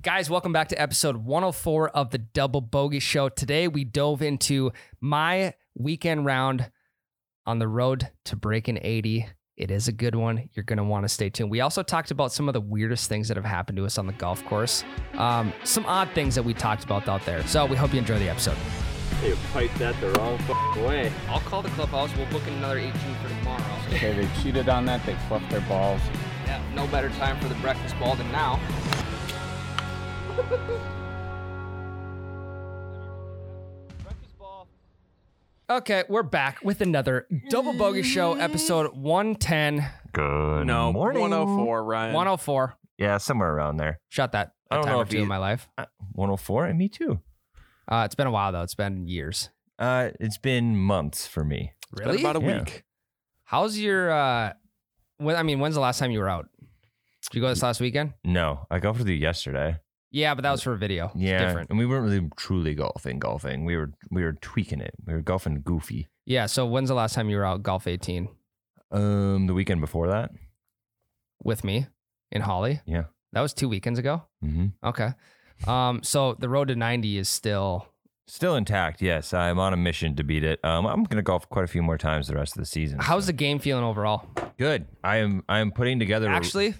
Guys, welcome back to episode 104 of the Double Bogey Show. Today we dove into my weekend round on the road to breaking 80. It is a good one. You're going to want to stay tuned. We also talked about some of the weirdest things that have happened to us on the golf course, um, some odd things that we talked about out there. So we hope you enjoy the episode. You piped that the wrong fucking way. I'll call the clubhouse. We'll book in another 18 for tomorrow. Okay, they cheated on that. They fluffed their balls. Yeah, no better time for the breakfast ball than now. Okay, we're back with another Double Bogey Show, episode 110, Good No, morning. 104, Ryan. 104. Yeah, somewhere around there. Shot oh that a I don't time know or if two you- in my life. Uh, 104 and me too. Uh, it's been a while, though. It's been years. Uh, it's been months for me. It's been about a Yeah. week. How's your, uh, when, I mean, when's the last time you were out? Did you go this last weekend? No, I golfed with you yesterday. Yeah, but that was for a video. It's Yeah, different. and we weren't really truly golfing. Golfing, we were we were tweaking it. We were golfing goofy. Yeah, so when's the last time you were out golf 18 Um, the weekend before that. with me in Holly? Yeah. That was two weekends ago. Mm-hmm. Okay. Um, so the road to 90 is still Still intact. Yes, I'm on a mission to beat it. Um, I'm gonna golf quite a few more times the rest of the season. how's so. the game feeling overall? good? I am I am putting together. a- Actually,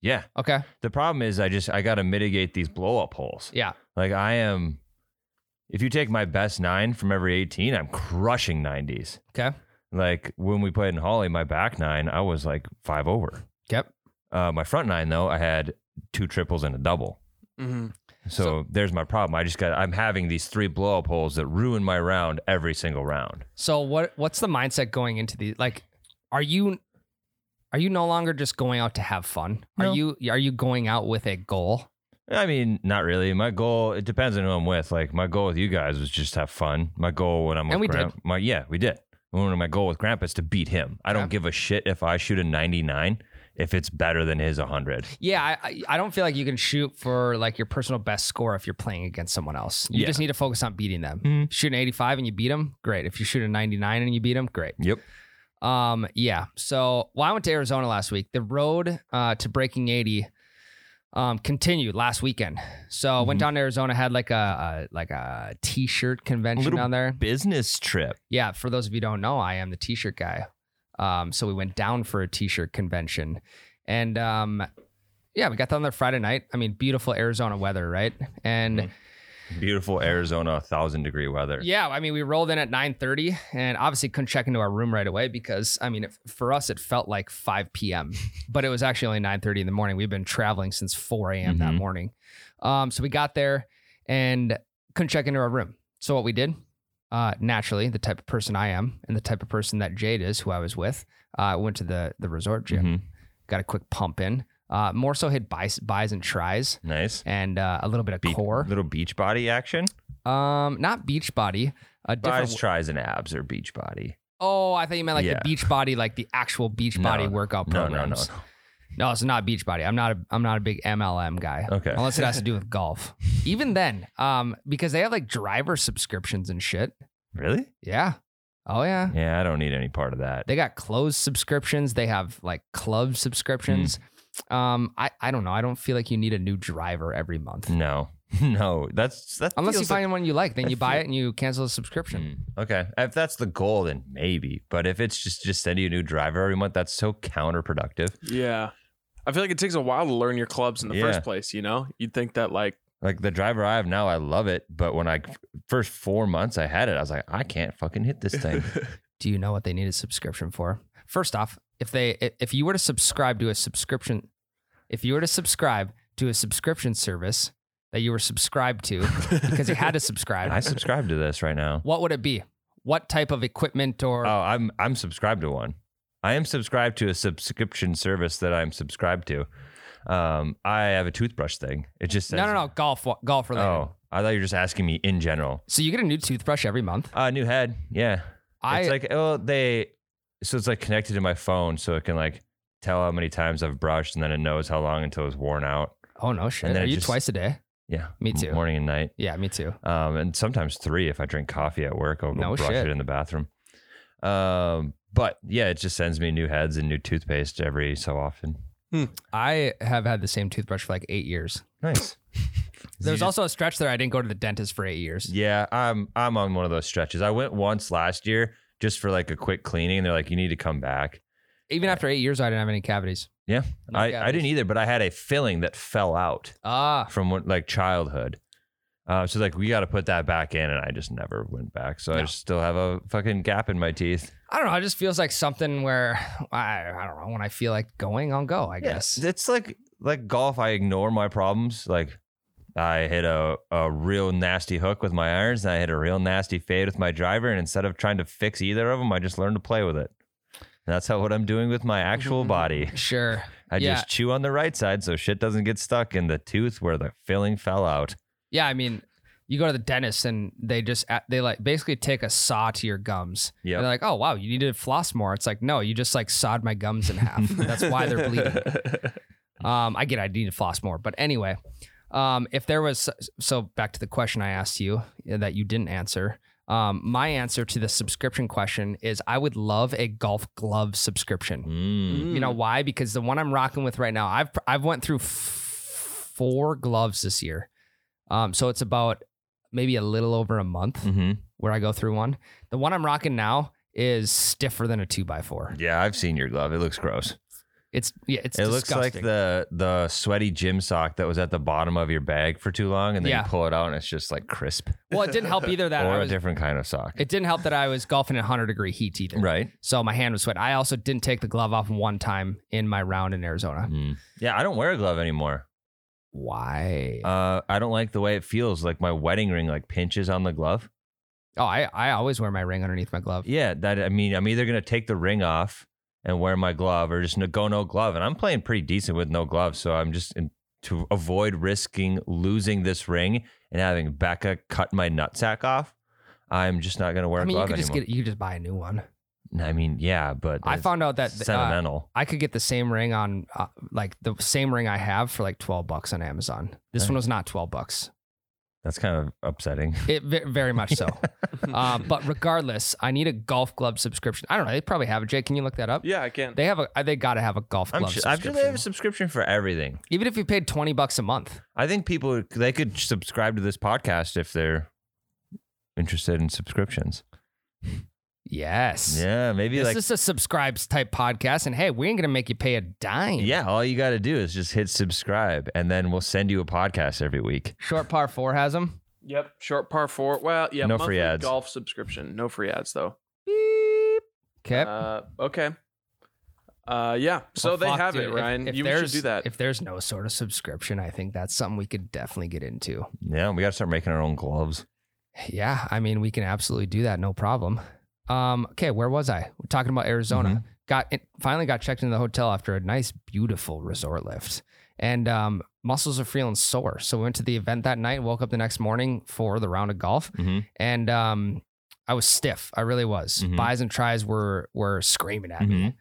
yeah. okay. The problem is I just I gotta mitigate these blow up holes. Yeah. Like I am, if you take my best nine from every 18, I'm crushing 90s. Okay. Like when we played in Holly, my back nine, I was like five over. Yep. Uh, my front nine, though, I had two triples and a double. Mm-hmm. So, there's my problem. I just got, I'm having these three blow up holes that ruin my round every single round. So what what's the mindset going into the like are you are you no longer just going out to have fun? Are No. you are you going out with a goal? I mean, not really. My goal, it depends on who I'm with. Like my goal with you guys was just have fun. My goal when I'm And with we did. Grandpa, my, yeah, we did. One of my goal with Grandpa is to beat him. I Yeah. don't give a shit if I shoot a 99 if it's better than his 100. Yeah, I I- I don't feel like you can shoot for like your personal best score if you're playing against someone else. You Yeah. just need to focus on beating them. Mhm. Shoot an 85 and you beat them, great. If you shoot a 99 and you beat them, great. Yep. Um, yeah. So, well, I went to Arizona last week. The road uh, to breaking eighty um, continued last weekend. So, I went Mhm. down to Arizona, had like a, a like a t-shirt convention Little- down there. Business trip. Yeah. For those of you who don't know, I am the t-shirt guy. Um, so we went down for a t-shirt convention, and um, yeah, we got down there Friday night. I mean, beautiful Arizona weather, right? And Mhm. Beautiful Arizona, thousand degree weather. yeah, I mean, we rolled in at 9:30 and obviously couldn't check into our room right away because I mean, it, for us it felt like 5 p.m., but it was actually only 9:30 in the morning. We've been traveling since 4 a.m. that Mhm. morning. Um, so we got there and couldn't check into our room. So what we did, uh, naturally, the type of person I am and the type of person that Jade is, who I was with, uh, went to the the resort gym, Mhm. got a quick pump in. Uh, more so hit buys, buys and tries Nice. and uh, a little bit of Be- core. Little beach body action. Um, not beach body. A different Thighs, tries, and abs are beach body. Oh, I thought you meant like Yeah. the beach body, like the actual beach No, body workout no, no, no, programs. No, it's not beach body. I'm not a I'm not a big MLM guy. Okay. Unless it has to do with golf. Even then, um, because they have like driver subscriptions and shit. Really? Yeah. Oh yeah. Yeah, I don't need any part of that. They got closed subscriptions, they have like club subscriptions. Hmm. Um, I, I don't know. I don't feel like you need a new driver every month. No, no. That's that's Unless you find one you like, then Hmm. I you buy feel- it and you cancel the subscription. Mm, Okay. If that's the goal, then maybe. But if it's just just sending you a new driver every month, that's so counterproductive. Yeah. I feel like it takes a while to learn your clubs in the Yeah. first place, you know? You'd think that, like, Like the driver I have now, I love it. But when I first four months I had it, I was like, I can't fucking hit this thing. do you know what they need a subscription for? First off, if they i- if you were to subscribe to a subscription, if you were to subscribe to a subscription service that you were subscribed to because you had to I subscribe, subscribe to this right now. what would it be? What type of equipment or Oh, I'm I'm subscribed to one. I am subscribed to a subscription service that I'm subscribed to. Um, I have a toothbrush thing. It just says no no no golf wa- golf related? Oh, I thought you were just asking me in general. So you get a new toothbrush every month. Uh, new head. Yeah. I it's like oh they so it's like connected to my phone so it can like tell how many times I've brushed and then it knows how long until it's worn out. oh no shit. and then Are it you just- twice a day? Yeah. Me m- too. Morning and night. Yeah, me too. Um and sometimes three if I drink coffee at work, I'll go No brush shit. it in the bathroom. Um but yeah, it just sends me new heads and new toothpaste every so often. I have had the same toothbrush for like eight years. Nice. There's just- also a stretch there I didn't go to the dentist for eight years. Yeah, I'm I'm on one of those stretches. I went once last year just for like a quick cleaning, and they're like, you need to come back. Even after eight years, I didn't have any cavities. Yeah, No I, I cavities. didn't either, but I had a filling that fell out Ah, from when, like childhood. Uh, so like we got to put that back in, and I just never went back. So I No. just still have a fucking gap in my teeth. I don't know. It just feels like something where I, I don't know. When I feel like going, I'll go. I guess. it's like like golf. I ignore my problems. Like I hit a a real nasty hook with my irons, and I hit a real nasty fade with my driver. And instead of trying to fix either of them, I just learned to play with it. And that's how what I'm doing with my actual body. Sure. I Yeah. just chew on the right side so shit doesn't get stuck in the tooth where the filling fell out. Yeah. I mean, you go to the dentist and they just they like basically take a saw to your gums. Yep. And They're like, oh wow, you need to floss more. It's like, no, you just like sawed my gums in half. That's why they're bleeding. Um, I get, it, I need to floss more, but anyway, um, if there was so back to the question I asked you uh, that you didn't answer. Um, my answer to the subscription question is I would love a golf glove subscription. Mm. You know why? Because the one I'm rocking with right now, I've I've went through f- four gloves this year. Um, so it's about maybe a little over a month hmm where I go through one. The one I'm rocking now is stiffer than a two by four. Yeah, I've seen your glove. It looks gross. It's yeah, it's it disgusting. looks like the the sweaty gym sock that was at the bottom of your bag for too long, and then Yeah. you pull it out and it's just like crisp well, it didn't help either that I or was, a different kind of sock. it didn't help that I was golfing in 100 degree heat either. right? So my hand was sweating. I also didn't take the glove off one time in my round in Arizona. Mm. Yeah, I don't wear a glove anymore. Why? Uh, I don't like the way it feels. Like my wedding ring, like pinches on the glove. oh, I I always wear my ring underneath my glove. Yeah, that I mean, I'm either gonna take the ring off and wear my glove, or just no, go no glove. And I'm playing pretty decent with no glove, so I'm just in, to avoid risking losing this ring and having Becca cut my nutsack off. I'm just not gonna wear I a mean, you glove could just anymore. get you could just buy a new one. I mean, yeah, but I it's found out that uh, sentimental. I could get the same ring on uh, like the same ring I have for like 12 bucks on Amazon. This one Nice. was not 12 bucks. That's kind of upsetting. It ve- very much so. uh, but regardless, I need a golf glove subscription. I don't know. They probably have it. Jake, can you look that up? yeah, I can. They have a. uh, They got to have a golf I'm glove sure, I'm sure subscription. they have a subscription for everything. Even if you paid 20 bucks a month. I think people they could subscribe to this podcast if they're interested in subscriptions. Yes. Yeah, maybe This like is a subscribes type podcast, and hey, we ain't gonna make you pay a dime. yeah, all you got to do is just hit subscribe, and then we'll send you a podcast every week. Short par four has them. Yep. Short par four. Well, yeah. No monthly free ads. Golf subscription. No free ads though. Okay. Uh, okay. Uh, yeah. So Well, they fuck, have dude. it, If- Ryan. if you should there's- do that. If there's no sort of subscription, I think that's something we could definitely get into. Yeah, we got to start making our own gloves. Yeah, I mean, we can absolutely do that, no problem. Um, okay, where was I? We're talking about Arizona. Got it, finally got checked into the hotel after a nice, beautiful resort lift, and um, muscles are feeling sore. So we went to the event that night. Woke up the next morning for the round of golf, Mhm. and um, I was stiff. I really was. Mhm. Buys and tries were were screaming at me.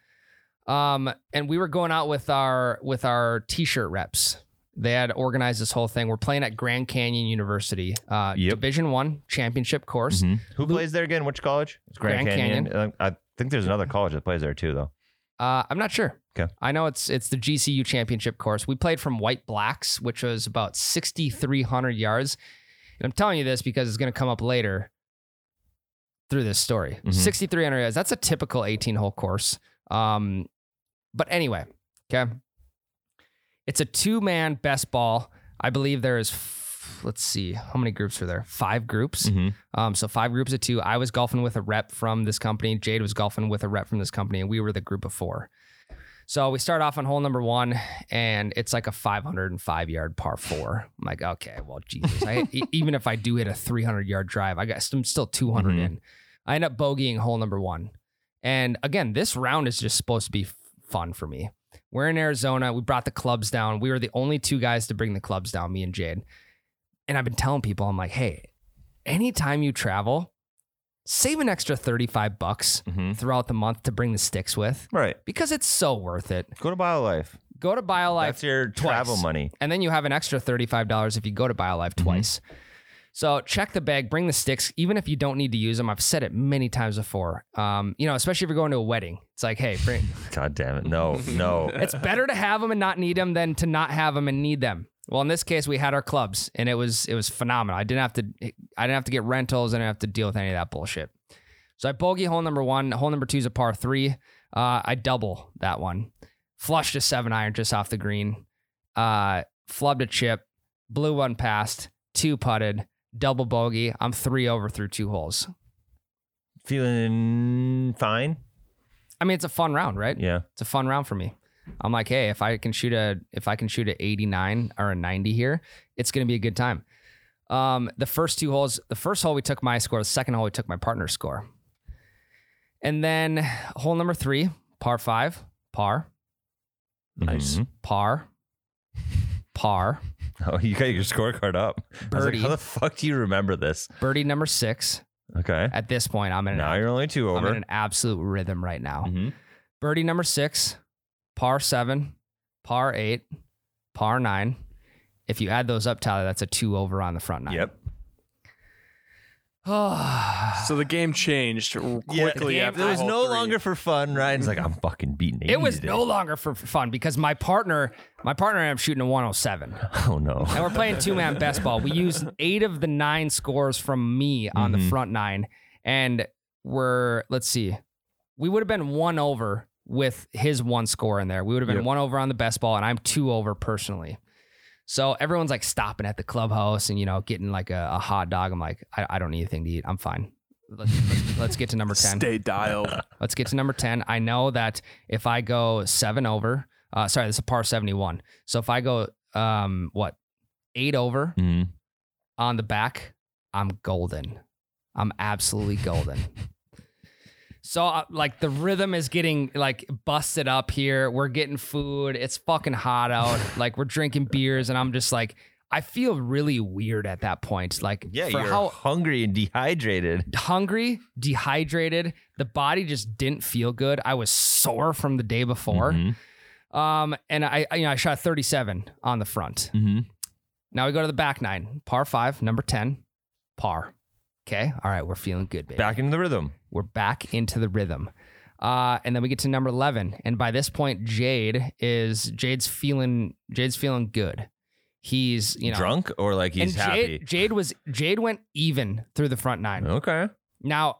Um, and we were going out with our with our t-shirt reps. They had organized this whole thing. We're playing at Grand Canyon University, uh, Yep. Division One championship course. Mhm. Who plays there again? Which college? It's Grand, Mm-hmm. Grand Canyon. Uh, I think there's another college that plays there too, though. Uh, I'm not sure. Okay. I know it's it's the GCU championship course. We played from White Blacks, which was about 6,300 yards. And I'm telling you this because it's going to come up later through this story. Mhm. 6,300 yards. That's a typical 18 hole course. Um, but anyway, okay. It's a two man best ball. I believe there is, f- let's see, how many groups were there? Five groups. Mhm. Um, so five groups of two. I was golfing with a rep from this company. Jade was golfing with a rep from this company, and we were the group of four. So we start off on hole number one, and it's like a 505 yard par four. I'm like, okay, well, Jesus. I, e- even if I do hit a 300 yard drive, I got I'm still 200 Mhm. in. I end up bogeying hole number one, and again, this round is just supposed to be f- fun for me. We're in Arizona. We brought the clubs down. We were the only two guys to bring the clubs down, me and Jade. And I've been telling people, I'm like, hey, anytime you travel, save an extra 35 bucks Mhm. throughout the month to bring the sticks with Right. because it's so worth it. Go to BioLife. Go to BioLife That's your twice. travel money. and then you have an extra $35 if you go to BioLife Mm-hmm. twice. So check the bag, bring the sticks, even if you don't need to use them. I've said it many times before. Um, you know, especially if you're going to a wedding. It's like, hey, bring, God damn it! No, no. it's better to have them and not need them than to not have them and need them. Well, in this case, we had our clubs, and it was it was phenomenal. I didn't have to I didn't have to get rentals. I didn't have to deal with any of that bullshit. So I bogey hole number one. Hole number two is a par three. Uh, I double that one, flushed a seven iron just off the green, uh, flubbed a chip, blew one past, two putted, double bogey. I'm three over through two holes. Feeling fine. I mean, it's a fun round, right? Yeah. It's a fun round for me. I'm like, hey, if I can shoot a if I can shoot a 89 or a 90 here, it's gonna be a good time. Um, the first two holes, the first hole we took my score, the second hole we took my partner's score. And then hole number three, par five, par, Nice. Mhm. par, par, Oh, you got your scorecard up. I was like, Mm-hmm. Birdie. how the fuck do you remember this? birdie number six. Okay. At this point, I'm in an, Now you're only two I'm over. in an absolute rhythm right now. Mhm. Birdie number six, par seven, par eight, par nine. If you add those up, Tyler, that's a two over on the front nine. Yep. So the game changed quickly after It was hole no three. longer for fun. Ryan's like, I'm fucking beating 80 it was today." no longer for for fun because my partner, my partner and I'm shooting a 107. Oh no. And we're playing two man best ball. We used eight of the nine scores from me on the Mhm. front nine. And we're, let's see, we would have been one over with his one score in there. We would have been Yep. one over on the best ball, and I'm two over personally. So everyone's like stopping at the clubhouse and, you know, getting like a, a hot dog. I'm like, I, I don't need anything to eat. I'm fine. Let's, let's, let's get to number 10. Stay dialed. Let's get to number 10. I know that if I go seven over, uh, sorry, this is par 71. So if I go, um, what, eight over Mhm. on the back, I'm golden. I'm absolutely golden. so, uh, like, the rhythm is getting like busted up here. We're getting food. It's fucking hot out. like, we're drinking beers, and I'm just like, I feel really weird at that point. Like, Yeah, for you're how hungry and dehydrated. hungry, dehydrated. The body just didn't feel good. I was sore from the day before. Mhm. Um, and I, I- you know, I shot 37 on the front. Mhm. Now we go to the back nine, par five, number 10, par. Okay. All right. We're feeling good, baby. Back into the rhythm. We're back into the rhythm. Uh, and then we get to number 11. And by this point, Jade is Jade's feeling, Jade's feeling good. He's, you know, Drunk or like he's and happy. Jade, Jade was, Jade went even through the front nine. Okay. Now,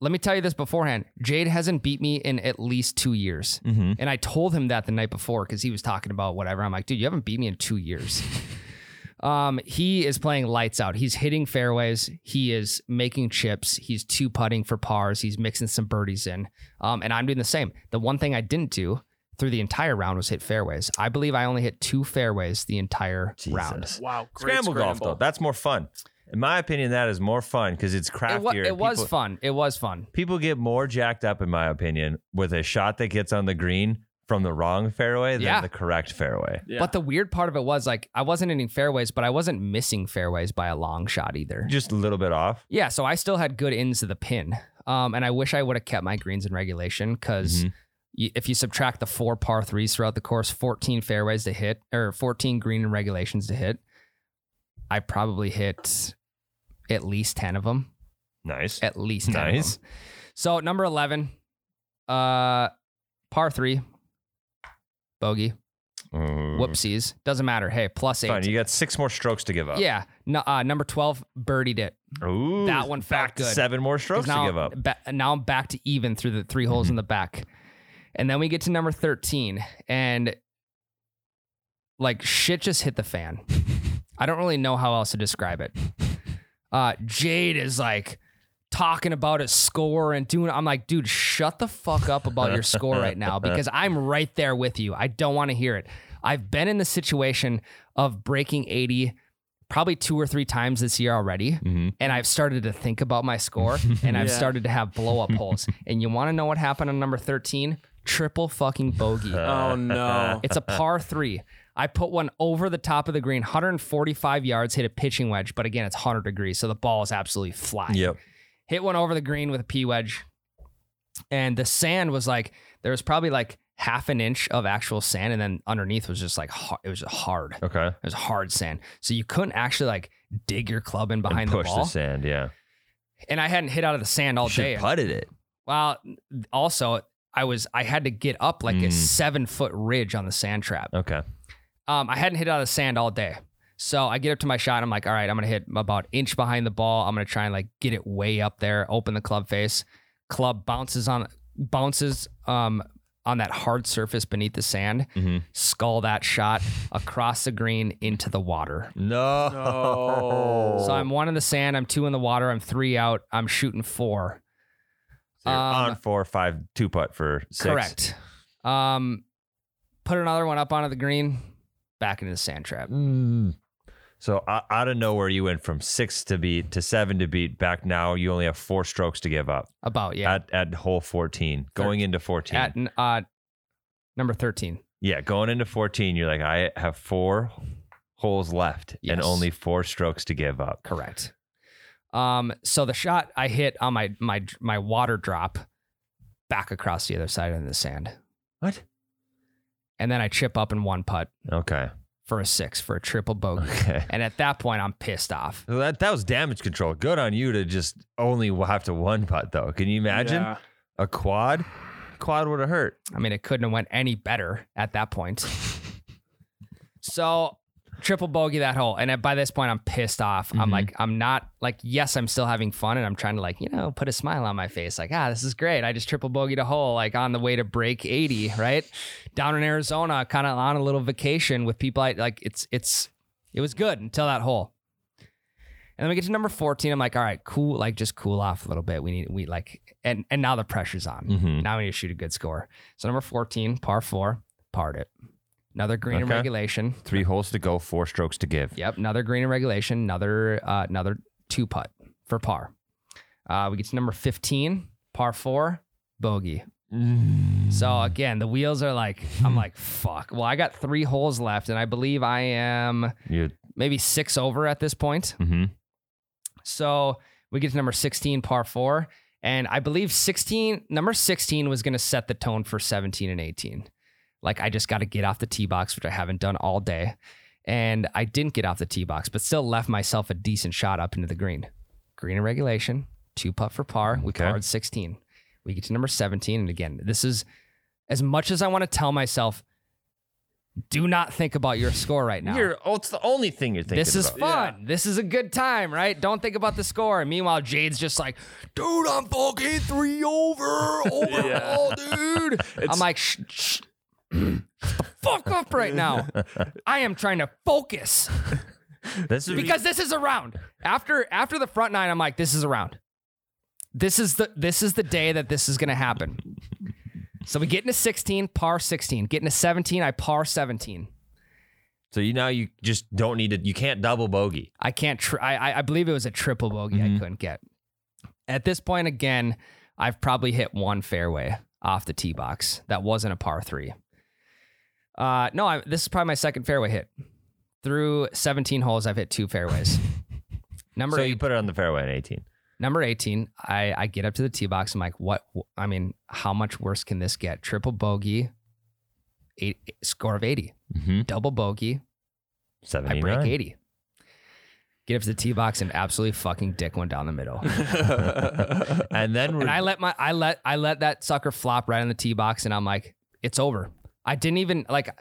let me tell you this beforehand. Jade hasn't beat me in at least two years. Mm-hmm. And I told him that the night before because he was talking about whatever. I'm like, dude, you haven't beat me in two years. um, he is playing lights out. He's hitting fairways. He is making chips. He's two putting for pars. He's mixing some birdies in. Um, and I'm doing the same. The one thing I didn't do through the entire round was hit fairways. I believe I only hit two fairways the entire round. Jesus. Wow, great Scramble golf though. That's more fun. In my opinion, that is more fun because it's craftier. It, wa- it and was people- fun. It was fun. people get more jacked up, in my opinion, with a shot that gets on the green from the wrong fairway than Yeah. the correct fairway. Yeah. But the weird part of it was like I wasn't hitting fairways, but I wasn't missing fairways by a long shot either. Just a little bit off. Yeah, so I still had good ins to the pin. Um, and I wish I would have kept my greens in regulation because Mhm. if you subtract the four par threes throughout the course, 14 fairways to hit or 14 green in regulations to hit, I probably hit at least 10 of them. Nice. At least 10 of Nice. them. So number 11, uh, par three, bogey, Mm. whoopsies. Doesn't matter. Hey, plus eight. Fine. You got six more strokes to give up. Yeah. No, uh, number 12, birdied it. Ooh, That one felt back to good. seven more 'Cause strokes now, to give up. Mm-hmm. ba- now I'm back to even through the three holes in the back. And then we get to number 13, and like shit just hit the fan. I don't really know how else to describe it. Uh, Jade is like talking about his score and doing, I'm like, dude, shut the fuck up about your score right now because I'm right there with you. I don't want to hear it. I've been in the situation of breaking 80 probably two or three times this year already Mhm. and I've started to think about my score and I've Yeah. started to have blow up holes. And you want to know what happened on number 13? Triple fucking bogey. oh no. it's a par three. I put one over the top of the green, 145 yards, hit a pitching wedge, but again, it's 100 degrees, so the ball is absolutely fly. Yep. Hit one over the green with a P wedge. And the sand was like, there was probably like half an inch of actual sand. And then underneath was just like, har- it was hard. It Okay. was hard sand. So you couldn't actually like dig your club in And behind push the the ball Oh, sand. Yeah. and I hadn't hit out of the sand all day. putted it. Well, also I was I had to get up like a Mm. seven foot ridge on the sand trap. Okay. Um, I hadn't hit it on the sand all day. So I get up to my shot. And I'm like, all right, I'm gonna hit about inch behind the ball. I'm gonna try and like get it way up there, open the club face. Club bounces on bounces um on that hard surface beneath the sand, Mhm. skull that shot across the green into the water. No. No. Oh. So I'm one in the sand, I'm two in the water, I'm three out, I'm shooting four. So you're um, on four, five, two putt for six. Correct. Um, put another one up onto the green, back into the sand trap. Mm. So o- out of nowhere, you went from six to beat to seven to beat. Back now, you only have four strokes to give up About yeah, at at hole fourteen, going into fourteen. at, n uh, number thirteen. yeah, going into fourteen, you're like, I have four holes left Yes. and only four strokes to give up. Correct. Um, so the shot I hit on my my my water drop back across the other side in the sand, What? and then I chip up in one putt Okay. for a six for a triple bogey. Okay. and at that point, I'm pissed off. So that that was damage control. Good on you to just only have to one putt though. Can you imagine Yeah. a quad? Quad would have hurt. I mean, it couldn't have went any better at that point. so triple bogey that hole. And at, by this point, I'm pissed off. I'm Mhm. like, I'm not like, yes, I'm still having fun and I'm trying to like, you know, put a smile on my face. Like, ah, this is great. I just triple bogeyed a hole like on the way to break 80, right? Down in Arizona, kind of on a little vacation with people. I like it's, it's, it was good until that hole. And then we get to number 14. I'm like, all right, cool. Like just cool off a little bit. We need, we like, and, and now the pressure's on. Mm-hmm. Now we need to shoot a good score. So number 14, par four, parred it. Another green in Okay. regulation. Three holes to go, four strokes to give. Yep, another green in regulation, another uh, another two putt for par. Uh, we get to number 15, par four, bogey. Mm-hmm. So Mm. again, the wheels are like, I'm like, fuck. Well, I got three holes left, and I believe I am You, maybe six over at this point. hmm So we get to number 16, par four. And I believe 16, number 16 was going to set the tone for 17 and 18. Like I just got to get off the tee box, which I haven't done all day. And I didn't get off the tee box, but still left myself a decent shot up into the green. Green in regulation, two putt for par. We Okay. parred 16. We get to number 17. And again, this is as much as I want to tell myself, do not think about your score right now. You're, oh, it's the only thing you're thinking This is about. fun. This is a good time, right? Don't think about the score. And meanwhile, Jade's just like, dude, I'm fucking three over overall, dude. I'm like, shh, shh. Shut the fuck up right now. I am trying to focus This is because this is a round. After after the front nine, I'm like, this is a round. This is the this is the day that this is gonna happen. So we get into 16, par 16. Get into 17, I par 17. so you now you just don't need to. You can't double bogey. I can't. Tr- I- I I believe it was a triple bogey. I Mhm. couldn't get. At this point, again, I've probably hit one fairway off the tee box. That wasn't a par three. Uh, no, I, this is probably my second fairway hit. Through 17 holes, I've hit two fairways. number so eight, you put it on the fairway at 18. number 18. I I get up to the tee box. I'm like, what? I mean, how much worse can this get? Triple bogey, eight, score of 80. Mm-hmm. Double bogey, I 79. break 80. Get up to the tee box and absolutely fucking dick one down the middle. and then we're, and I let my I let I let that sucker flop right on the tee box and I'm like, it's over. I didn't even like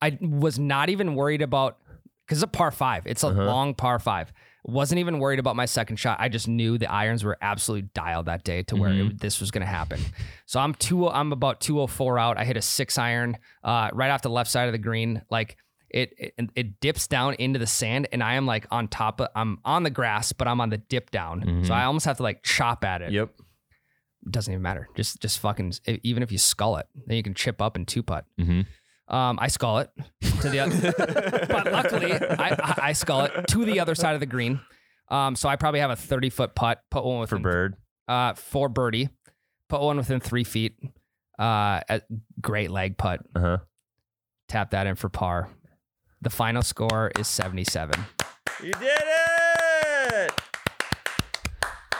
I was not even worried about because it's a par five. It's a Uh-huh. long par five. Wasn't even worried about my second shot. I just knew the irons were absolutely dialed that day to where it, this was going to happen. So I'm two. I'm about two oh four out. I hit a six iron uh, right off the left side of the green. Like it, it, it dips down into the sand, and I am like on top of. I'm on the grass, but I'm on the dip down. Mhm. So I almost have to like chop at it yep. doesn't even matter. Just just fucking e, even if you skull it, then you can chip up and two putt. Mhm. Um, I skull it to the other, but luckily I, I, I skull it to the other side of the green. Um, so I probably have a thirty foot putt, put one For within bird. uh for birdie, put one within three feet. Uh, a great leg putt, Uh huh. tap that in for par. The final score is seventy seven. You did it.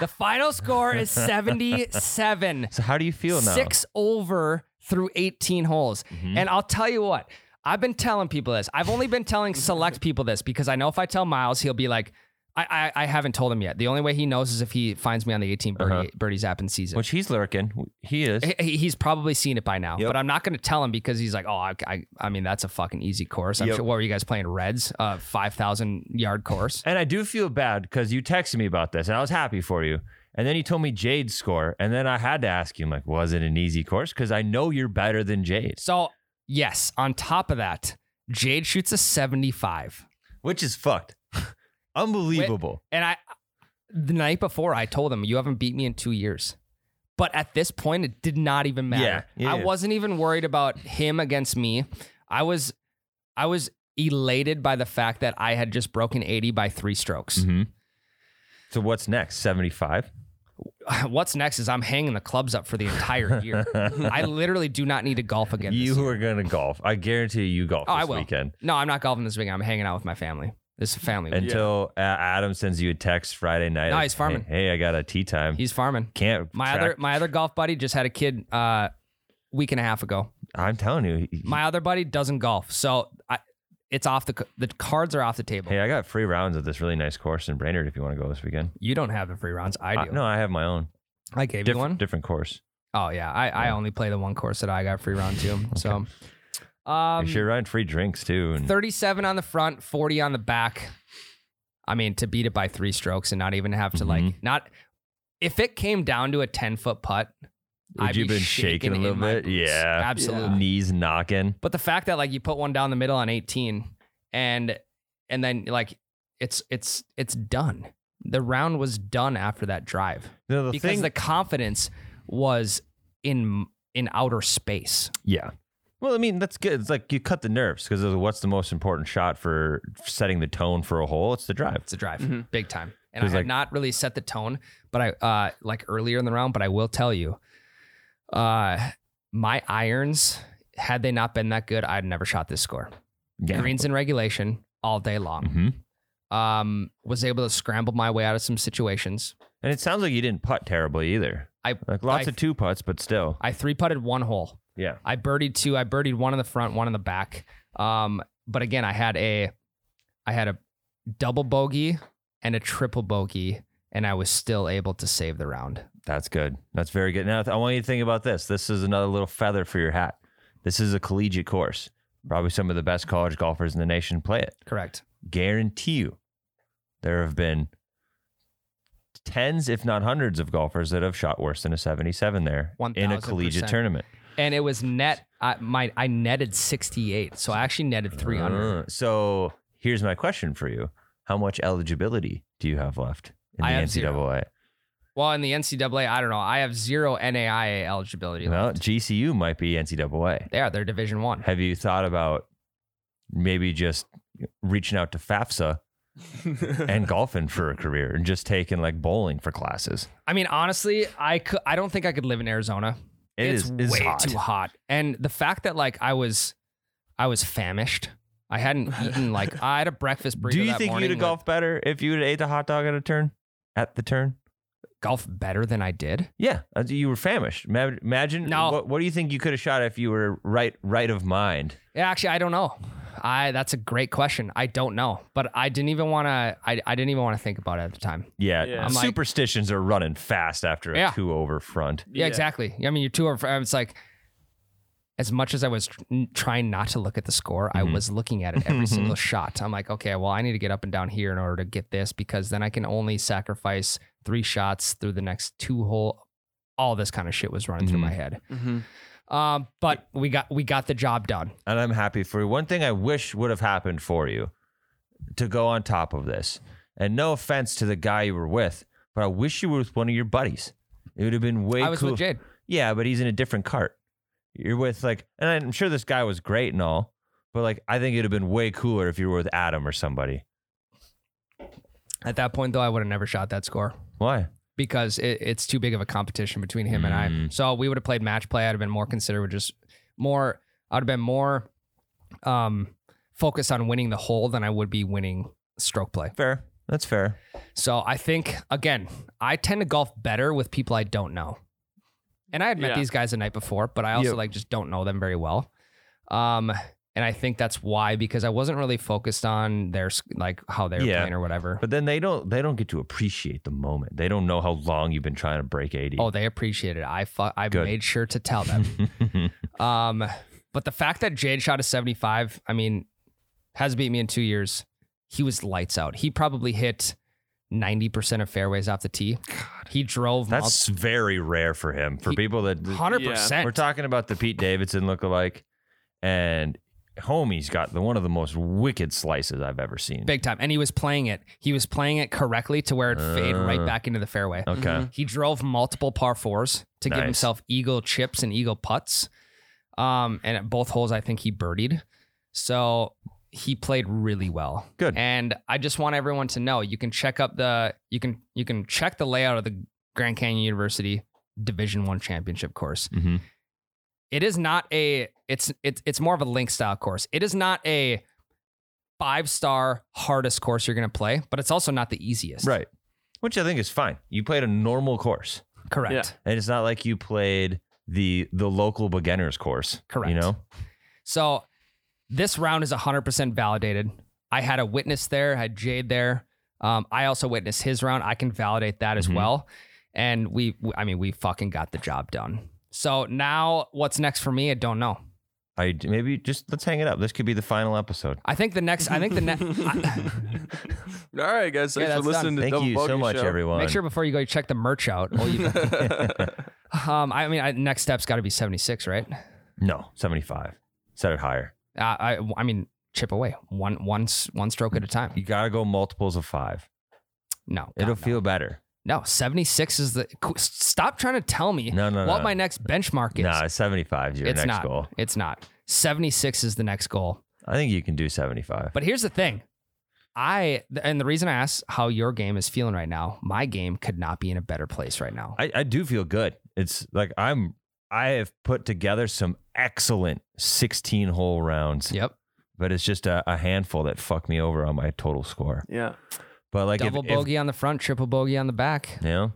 The final score is seventy seven. So how do you feel now? Six over through 18 holes. Mhm. And I'll tell you what, I've been telling people this. I've only been telling select people this because I know if I tell Miles, he'll be like, I, I I haven't told him yet. The only way he knows is if he finds me on the 18 birdie, Uh-huh. birdies app and sees it. Which he's lurking. He is. He- he- he's probably seen it by now, Yep. but I'm not going to tell him because he's like, oh, I, I, I mean, that's a fucking easy course. I'm Yep. sure. What were you guys playing? Reds, uh, five thousand yard course. And I do feel bad because you texted me about this and I was happy for you. And then you told me Jade's score. And then I had to ask you, I'm like, was it an easy course? Because I know you're better than Jade, So yes, on top of that, Jade shoots a 75, which is fucked. Unbelievable. and I the night before I told him you haven't beat me in two years. But at this point, it did not even matter. Yeah, yeah, I yeah. wasn't even worried about him against me. I was, I was elated by the fact that I had just broken 80 by three strokes. Mhm. So what's next? 75? Mm-hmm. what's next is I'm hanging the clubs up for the entire year. I literally do not need to golf again. this year. You are going to golf. I guarantee you golf Oh, this I will. weekend. No, I'm not golfing this weekend. I'm hanging out with my family. This is family. week. Until uh, Adam sends you a text Friday night. No, he's farming. Hey, hey, I got a tea time. He's farming. Can't. My track- other my other golf buddy just had a kid uh week and a half ago. I'm telling you. he- My other buddy doesn't golf. So I it's off the c- the cards are off the table. hey, I got free rounds of this really nice course in Brainerd if you want to go this weekend. You don't have the free rounds. I Uh, do. no, I have my own. I gave you Different, one. different course. Oh yeah. I, I only play the one course that I got free round two. So um Make sure you're riding free drinks too. And 37 on the front, 40 on the back. I mean, to beat it by three strokes and not even have to Mm-hmm. like not if it came down to a 10 foot putt, would I'd you be been shaking, a in little my bit? boots. Yeah. Absolutely. Knees knocking. But the fact that like you put one down the middle on 18 and and then like it's it's it's done. The round was done after that drive No, the because thing, the confidence was in in outer space. yeah. Well, I mean, that's good. It's like you cut the nerves because what's the most important shot for setting the tone for a hole? It's the drive. It's a drive, Mhm. big time. And I Because, have like- not really set the tone, but I uh like earlier in the round, but I will tell you, uh, my irons had they not been that good, I'd never shot this score. Yeah. Greens in regulation all day long. hmm Um, was able to scramble my way out of some situations. And it sounds like you didn't putt terribly either. I- like lots I- of two putts, but still. I three putted one hole. Yeah. I birdied two. I birdied one in the front, one in the back. Um, but again, I had a, I had a double bogey and a triple bogey, and I was still able to save the round. That's good. That's very good. Now, I want you to think about this. This is another little feather for your hat. This is a collegiate course. Probably some of the best college golfers in the nation play it. Correct. Guarantee you, there have been tens, if not hundreds, of golfers that have shot worse than a 77 there in a 1000%. collegiate tournament. and it was net. I my I netted sixty eight, so I actually netted three hundred. Uh, so here's my question for you How much eligibility do you have left in I the have NCAA? zero. Well, in the NCAA, I don't know. I have zero NAIA eligibility. Well, left. GCU might be NCAA. They are they're Division One. Have you thought about maybe just reaching out to FAFSA and golfing for a career and just taking like bowling for classes? I mean, honestly, I could, I don't think I could live in Arizona. It it's is- it's way hot. too hot. And the fact that like I was, I was famished. I hadn't eaten like I had a breakfast burrito. Do you that think morning, you'd have like, golfed better if you would have ate the hot dog at a turn? At the turn? golf better than I did? Yeah, uh, you were famished. Ma- Imagine. No. What, what do you think you could have shot if you were right right of mind? Yeah, actually, I don't know. I that's a great question. I don't know, but I didn't even want to. I, I didn't even want to think about it at the time. Yeah, Yeah. I'm like- superstitions are running fast after a Yeah. two over front. Yeah, exactly. I mean, you're two over. It's like as much as I was tr- trying not to look at the score, I Mhm. was looking at it every Mhm. single shot. I'm like, okay, well, I need to get up and down here in order to get this because then I can only sacrifice three shots through the next two hole. All this kind of shit was running through Mhm. my head. Mhm. Um, but we got we got the job done. and I'm happy for you. One thing I wish would have happened for you to go on top of this, and no offense to the guy you were with, but I wish you were with one of your buddies. It would have been way I was cool. with Jade. Yeah, but he's in a different cart. You're with like, and I'm sure this guy was great and all, but like, I think it'd have been way cooler if you were with Adam or somebody. At that point, though, I would have never shot that score. Why? because it, it's too big of a competition between him and I. Mm. So we would have played match play. I'd have been more considered with just more. I'd have been more um, focused on winning the hole than I would be winning stroke play. Fair. That's fair. So I think again, I tend to golf better with people I don't know. And I had met Yeah. these guys the night before, but I also Yep. like just don't know them very well. Um, And I think that's why because I wasn't really focused on their s- like how they were Yeah. playing or whatever. But then they don't they don't get to appreciate the moment. They don't know how long you've been trying to break 80. Oh, they appreciate it. I fu- I Good. made sure to tell them. Um, but the fact that Jade shot a 75, I mean, has beat me in two years. He was lights out. He probably hit 90% of fairways off the tee. He drove That's very rare for him. For He- people that mul- 100%. We're talking about the Pete Davidson lookalike, and homie's got the one of the most wicked slices I've ever seen. big time. And he was playing it. He was playing it correctly to where it fade right Uh. back into the fairway. okay, Mhm. He drove multiple par fours to give Nice. himself eagle chips and eagle putts. Um, and at both holes, I think he birdied. So he played really well. good. And I just want everyone to know you can check up the you can you can check the layout of the Grand Canyon University Division 1 Championship course. Mhm. It is not a it's it's it's more of a link style course. It is not a five-star hardest course you're going to play, but it's also not the easiest. Right, which I think is fine. You played a normal course, Correct. Yeah. and it's not like you played the the local beginners course. Correct. You know, So this round is 100% validated. I had a witness there, I had Jade there. Um, I also witnessed his round. I can validate that as Mhm. well. And we, I mean, we fucking got the job done. So now what's next for me? I don't know. I maybe just let's hang it up. This could be the final episode. I think the next, I think the next, All right, guys. Thanks Yeah, for that's done. listening to Thank Double you so Bogey much, Show. everyone. make sure before you go, you check the merch out. Oh, you, um, I mean, I, next step's got to be 76, right? no, seventy five. Set it higher. Uh, I, I mean, chip away one, one, s- one stroke at a time. You gotta go multiples of five. No, God, It'll no. feel better. No, 76 is the. qu- Stop trying to tell me No, no, what no. my next benchmark is. No, seventy five is your it's next not. goal. It's not. 76 is the next goal. I think you can do seventy five. But here's the thing. I and the reason I asked how your game is feeling right now, my game could not be in a better place right now. I, I do feel good. It's like I'm I have put together some excellent 16 hole rounds, yep. but it's just a, a handful that fuck me over on my total score. Yeah. But like if- Double if, bogey on the front, triple bogey on the back. you know,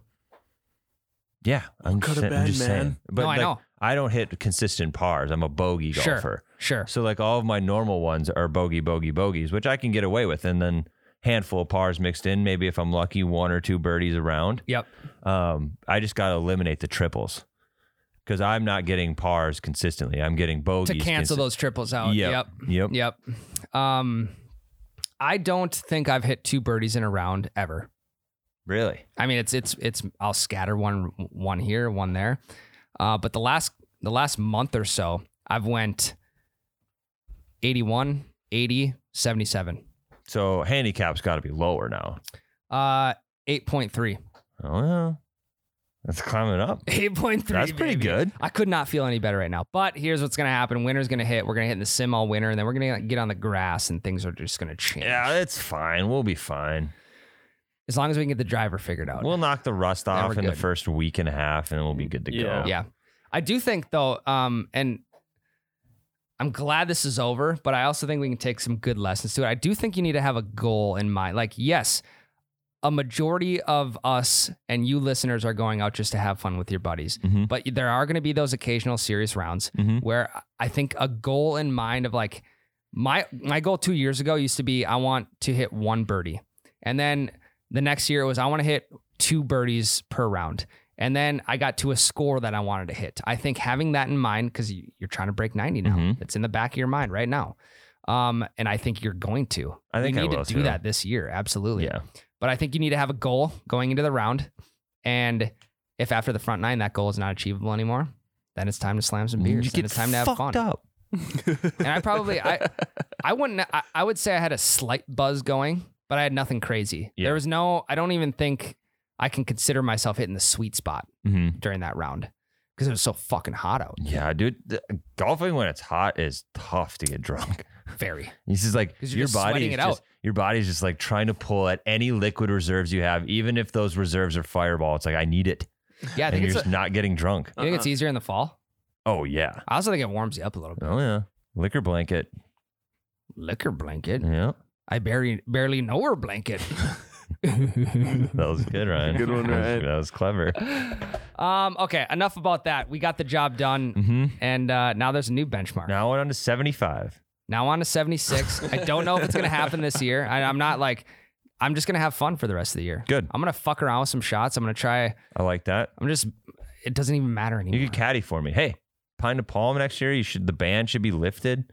yeah, I'm just, Coulda saying- I'm been, just saying. man. But no, like, I know. I don't hit consistent pars. I'm a bogey Sure. golfer. Sure. So like all of my normal ones are bogey, bogey, bogeys, which I can get away with, and then handful of pars mixed in. Maybe if I'm lucky, one or two birdies around. Yep. Um, I just got to eliminate the triples because I'm not getting pars consistently. I'm getting bogeys. To cancel consi- those triples out. Yep. Yep. Yep. Yep. Um I don't think I've hit two birdies in a round ever. Really? I mean, it's it's it's. I'll scatter one one here, one there. Uh, but the last the last month or so, I've went 81, 80, 77, So handicap's got to be lower now. uh, 8.3. Oh, well, that's climbing up. 8.3. That's pretty baby. good. I could not feel any better right now. But here's what's gonna happen: winter's gonna hit. We're gonna hit in the sim all winter, and then we're gonna get on the grass, and things are just gonna change. Yeah, it's fine. We'll be fine. As long as we can get the driver figured out. We'll knock the rust Yeah, off we're in the good. first week and a half, and we'll be good to Yeah. go. Yeah. I do think though, um, and I'm glad this is over, but I also think we can take some good lessons to it. I do think you need to have a goal in mind. Like, yes, a majority of us and you listeners are going out just to have fun with your buddies, Mhm. but there are going to be those occasional serious rounds Mhm. where I think a goal in mind of like my my goal two years ago used to be I want to hit one birdie, and then the next year it was I want to hit two birdies per round. And then I got to a score that I wanted to hit. I think having that in mind, because you're trying to break 90 now, Mhm. it's in the back of your mind right now. Um, and I think you're going to. I think you I need will, to do too. that this year, absolutely. Yeah. But I think you need to have a goal going into the round. And if after the front nine that goal is not achievable anymore, then it's time to slam some beers. You and get it's time to have fucked fun. up. And I probably I I wouldn't I, I would say I had a slight buzz going, but I had nothing crazy. Yeah. There was no I don't even think I can consider myself hitting the sweet spot Mhm. during that round because it was so fucking hot out. Yeah, dude. th- Golfing when it's hot is tough to get drunk. Very. It's just like 'Cause you're your just body sweating is it just, your body's just like trying to pull at any liquid reserves you have, even if those reserves are fireball. It's like I need it, Yeah, I think and you're it's just a- not getting drunk. you think it's easier in the fall. Oh yeah, I also think it warms you up a little bit. oh yeah. Liquor blanket. Liquor blanket. Yeah, I barely barely know her blanket. that was good, Ryan. Good one, That was- Ryan. That was clever. um, okay, enough about that. We got the job done. hmm And uh, now there's a new benchmark. Now I went on to seventy-five. Now on to 76. I don't know if it's going to happen this year. I, I'm not like, I'm just going to have fun for the rest of the year. Good. I'm going to fuck around with some shots. I'm going to try. I like that. I'm just, it doesn't even matter anymore. You could caddy for me. Hey, Pine to Palm next year. You should. The band should be lifted.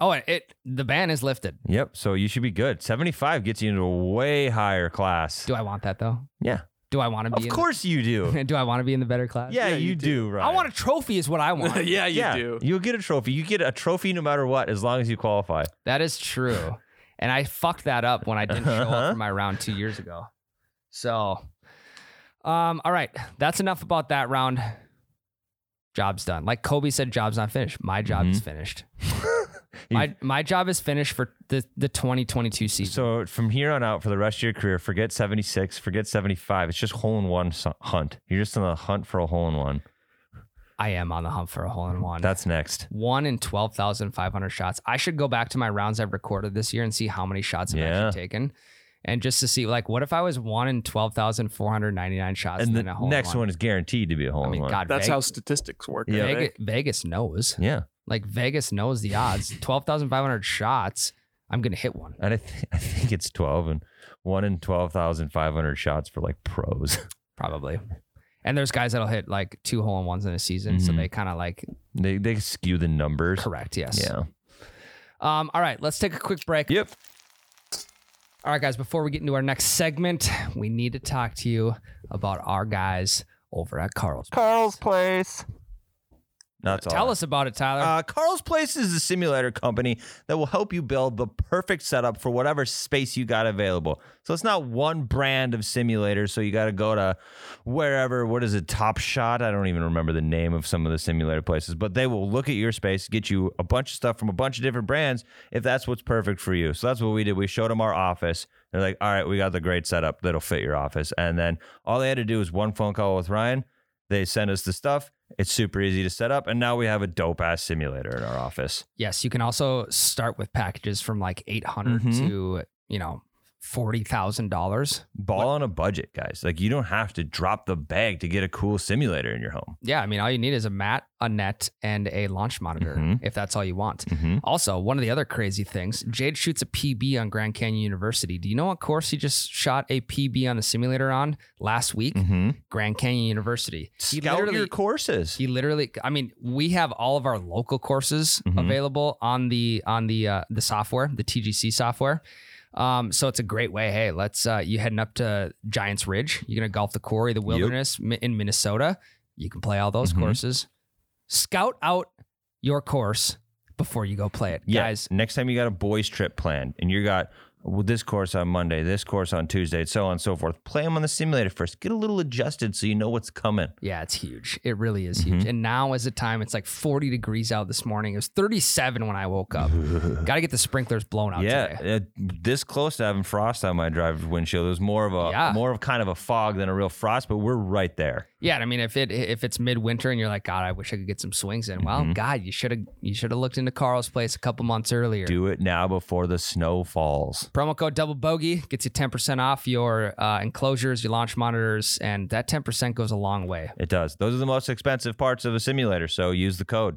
oh, it, it, the ban is lifted. Yep. So you should be good. Seventy five gets you into a way higher class. Do I want that though? Yeah. Do I want to be of in course you do. The, do I want to be in the better class? yeah, Yeah, you, you do. Right. I want a trophy is what I want. yeah, you yeah, do. You'll get a trophy. You get a trophy no matter what, as long as you qualify. That is true. and I fucked that up when I didn't show up Uh-huh. for my round two years ago. So, um, all right, that's enough about that round. Job's done. Like Kobe said, job's not finished. My job Mm-hmm. is finished. my my job is finished for the the 2022 season. So from here on out, for the rest of your career, forget seventy six, forget seventy five. It's just hole in one so- hunt. You're just on the hunt for a hole in one. I am on the hump for a hole in one. That's next. one in 12,500 shots. I should go back to my rounds I've recorded this year and see how many shots I've Yeah. actually taken. And just to see, like, what if I was one in 12,499 shots and the then a hole in next one. is guaranteed to be a hole I in mean, one. God, That's Veg- how statistics work. Yeah. Yeah, Vegas, Vegas knows. Yeah. Like Vegas knows the odds. Twelve thousand five hundred shots. I'm gonna hit one. And I, th- I think it's 12 and one in 12,500 shots for like pros. probably. And there's guys that'll hit like two hole in ones in a season, so Mhm. they kind of like they, they skew the numbers. correct. Yes. Yeah. Um. All right. Let's take a quick break. Yep. All right, guys, before we get into our next segment, we need to talk to you about our guys over at Carl's. Carl's Place. That's all. Tell us about it, Tyler. Uh, Carl's Place is a simulator company that will help you build the perfect setup for whatever space you got available. So it's not one brand of simulators. So you got to go to wherever, what is it, Top Shot? I don't even remember the name of some of the simulator places, but they will look at your space, get you a bunch of stuff from a bunch of different brands if that's what's perfect for you. So that's what we did. We showed them our office. They're like, all right, we got the great setup that'll fit your office. And then all they had to do was one phone call with Ryan. They send us the stuff. It's super easy to set up, and now we have a dope ass simulator in our office. yes, you can also start with packages from like 800 Mhm. to, you know, $40,000. Ball on a budget, guys. Like you don't have to drop the bag to get a cool simulator in your home. Yeah, I mean, all you need is a mat, a net, and a launch monitor Mhm. if that's all you want. Mm-hmm. Also, one of the other crazy things, Jade shoots a PB on Grand Canyon University. Do you know what course he just shot a PB on the simulator on last week? Mm-hmm. Grand Canyon University. He Scout your courses. He literally, I mean, we have all of our local courses Mhm. available on the on the uh, the software, the TGC software. Um, so it's a great way. Hey, let's uh, you heading up to Giants Ridge. You're gonna golf the quarry, the wilderness mi- in Minnesota. You can play all those Mhm. courses. Scout out your course before you go play it, Yeah. guys. Next time you got a boys trip planned, and you got well, this course on Monday, this course on Tuesday, and so on and so forth. Play them on the simulator first. Get a little adjusted so you know what's coming. Yeah, it's huge. It really is huge. Mm-hmm. And now is the time. It's like 40 degrees out this morning. It was 37 when I woke up. Got to get the sprinklers blown out today. yeah, uh, this close to having frost on my driver's windshield. It was more of a Yeah. more of kind of a fog than a real frost, but we're right there. Yeah, and I mean, if it if it's midwinter and you're like, God, I wish I could get some swings in. Well, God, you should have you should have looked into Carl's place a couple months earlier. Do it now before the snow falls. Promo code Double Bogey gets you ten percent off your uh, enclosures, your launch monitors, and that ten percent goes a long way. It does. Those are the most expensive parts of a simulator, so use the code.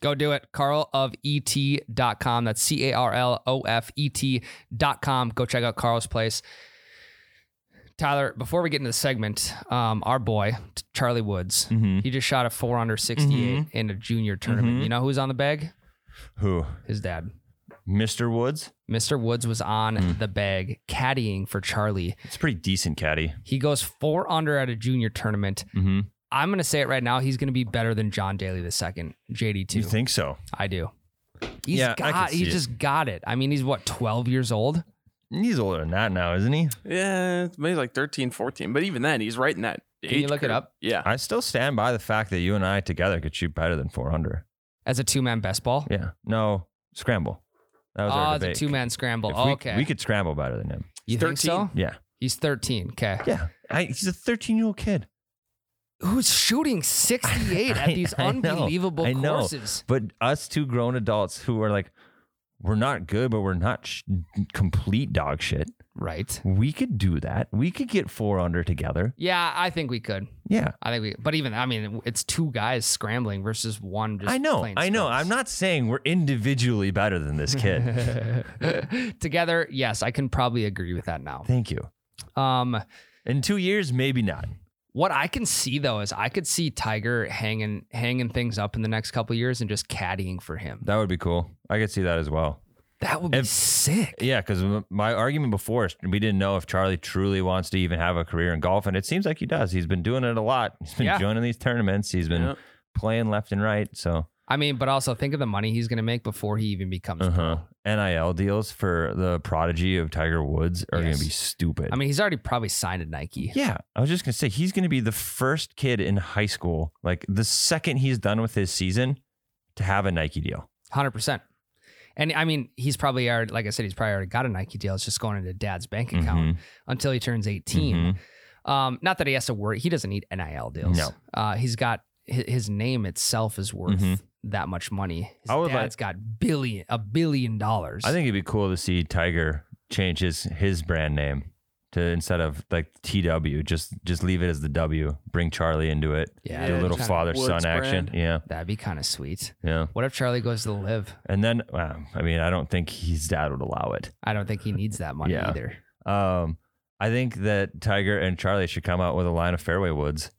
Go do it. Carl of E ET.com. That's C A R L O F E T.com. Go check out Carl's place. Tyler, before we get into the segment, um, our boy T- Charlie Woods, he just shot a four under 68 in a junior tournament. You know who's on the bag? Who? His dad. Mr. Woods? Mr. Woods was on Hmm. the bag caddying for Charlie. It's a pretty decent caddy. He goes four under at a junior tournament. Mhm. I'm going to say it right now. He's going to be better than John Daly the second, JD You two. think so? I do. He's Yeah, I can got. He see it. just got it. I mean, he's what 12 years old. He's older than that now, isn't he? yeah, maybe like 13, 14. But even then, he's right in that. Can you age look it curve. up? Yeah. I still stand by the fact that you and I together could shoot better than 400. As a two man best ball. Yeah. No, scramble. That was oh, our as a debate. two man scramble. If Oh, we, okay. We could scramble better than him. you think 13. so? Yeah. He's 13. Okay. Yeah. I, he's a 13 year old kid. Who's shooting 68 I- at these I know. unbelievable I know. courses? But us two grown adults who are like, we're not good, but we're not sh- complete dog shit. right? We could do that. We could get four under together. Yeah, I think we could. Yeah. I think we. But even I mean, it's two guys scrambling versus one. Just I know. plain I know. sprints. I'm not saying we're individually better than this kid. Together, yes, I can probably agree with that now. Thank you. Um, In two years, maybe not. what I can see though is I could see Tiger hanging hanging things up in the next couple years and just caddying for him. That would be cool. I could see that as well. That would be If- sick. Yeah, because my argument before is we didn't know if Charlie truly wants to even have a career in golf, and it seems like he does. He's been doing it a lot. He's been Yeah. joining these tournaments. He's been Yeah. playing left and right. So, I mean, but also think of the money he's going to make before he even becomes. uh huh. pro. NIL deals for the prodigy of Tiger Woods are Yes. going to be stupid. I mean, he's already probably signed at Nike. yeah, I was just going to say he's going to be the first kid in high school, like the second he's done with his season, to have a Nike deal. Hundred percent. And I mean, he's probably already, like I said, he's probably already got a Nike deal. It's just going into dad's bank Mm-hmm. account until he turns 18. Mhm. Um, not that he has to worry. He doesn't need NIL deals. No. Uh, he's got hi- his name itself is worth Mhm. that much money. His I would like- dad's got billion, a billion dollars. I think it'd be cool to see Tiger change his his brand name to instead of like TW, just just leave it as the W. Bring Charlie into it. Yeah, do a yeah, little just kinda father son Woods action. brand. Yeah, that'd be kind of sweet. yeah. What if Charlie goes to live? And then, wow, I mean, I don't think his dad would allow it. I don't think he needs that money Yeah. either. Um, I think that Tiger and Charlie should come out with a line of fairway woods.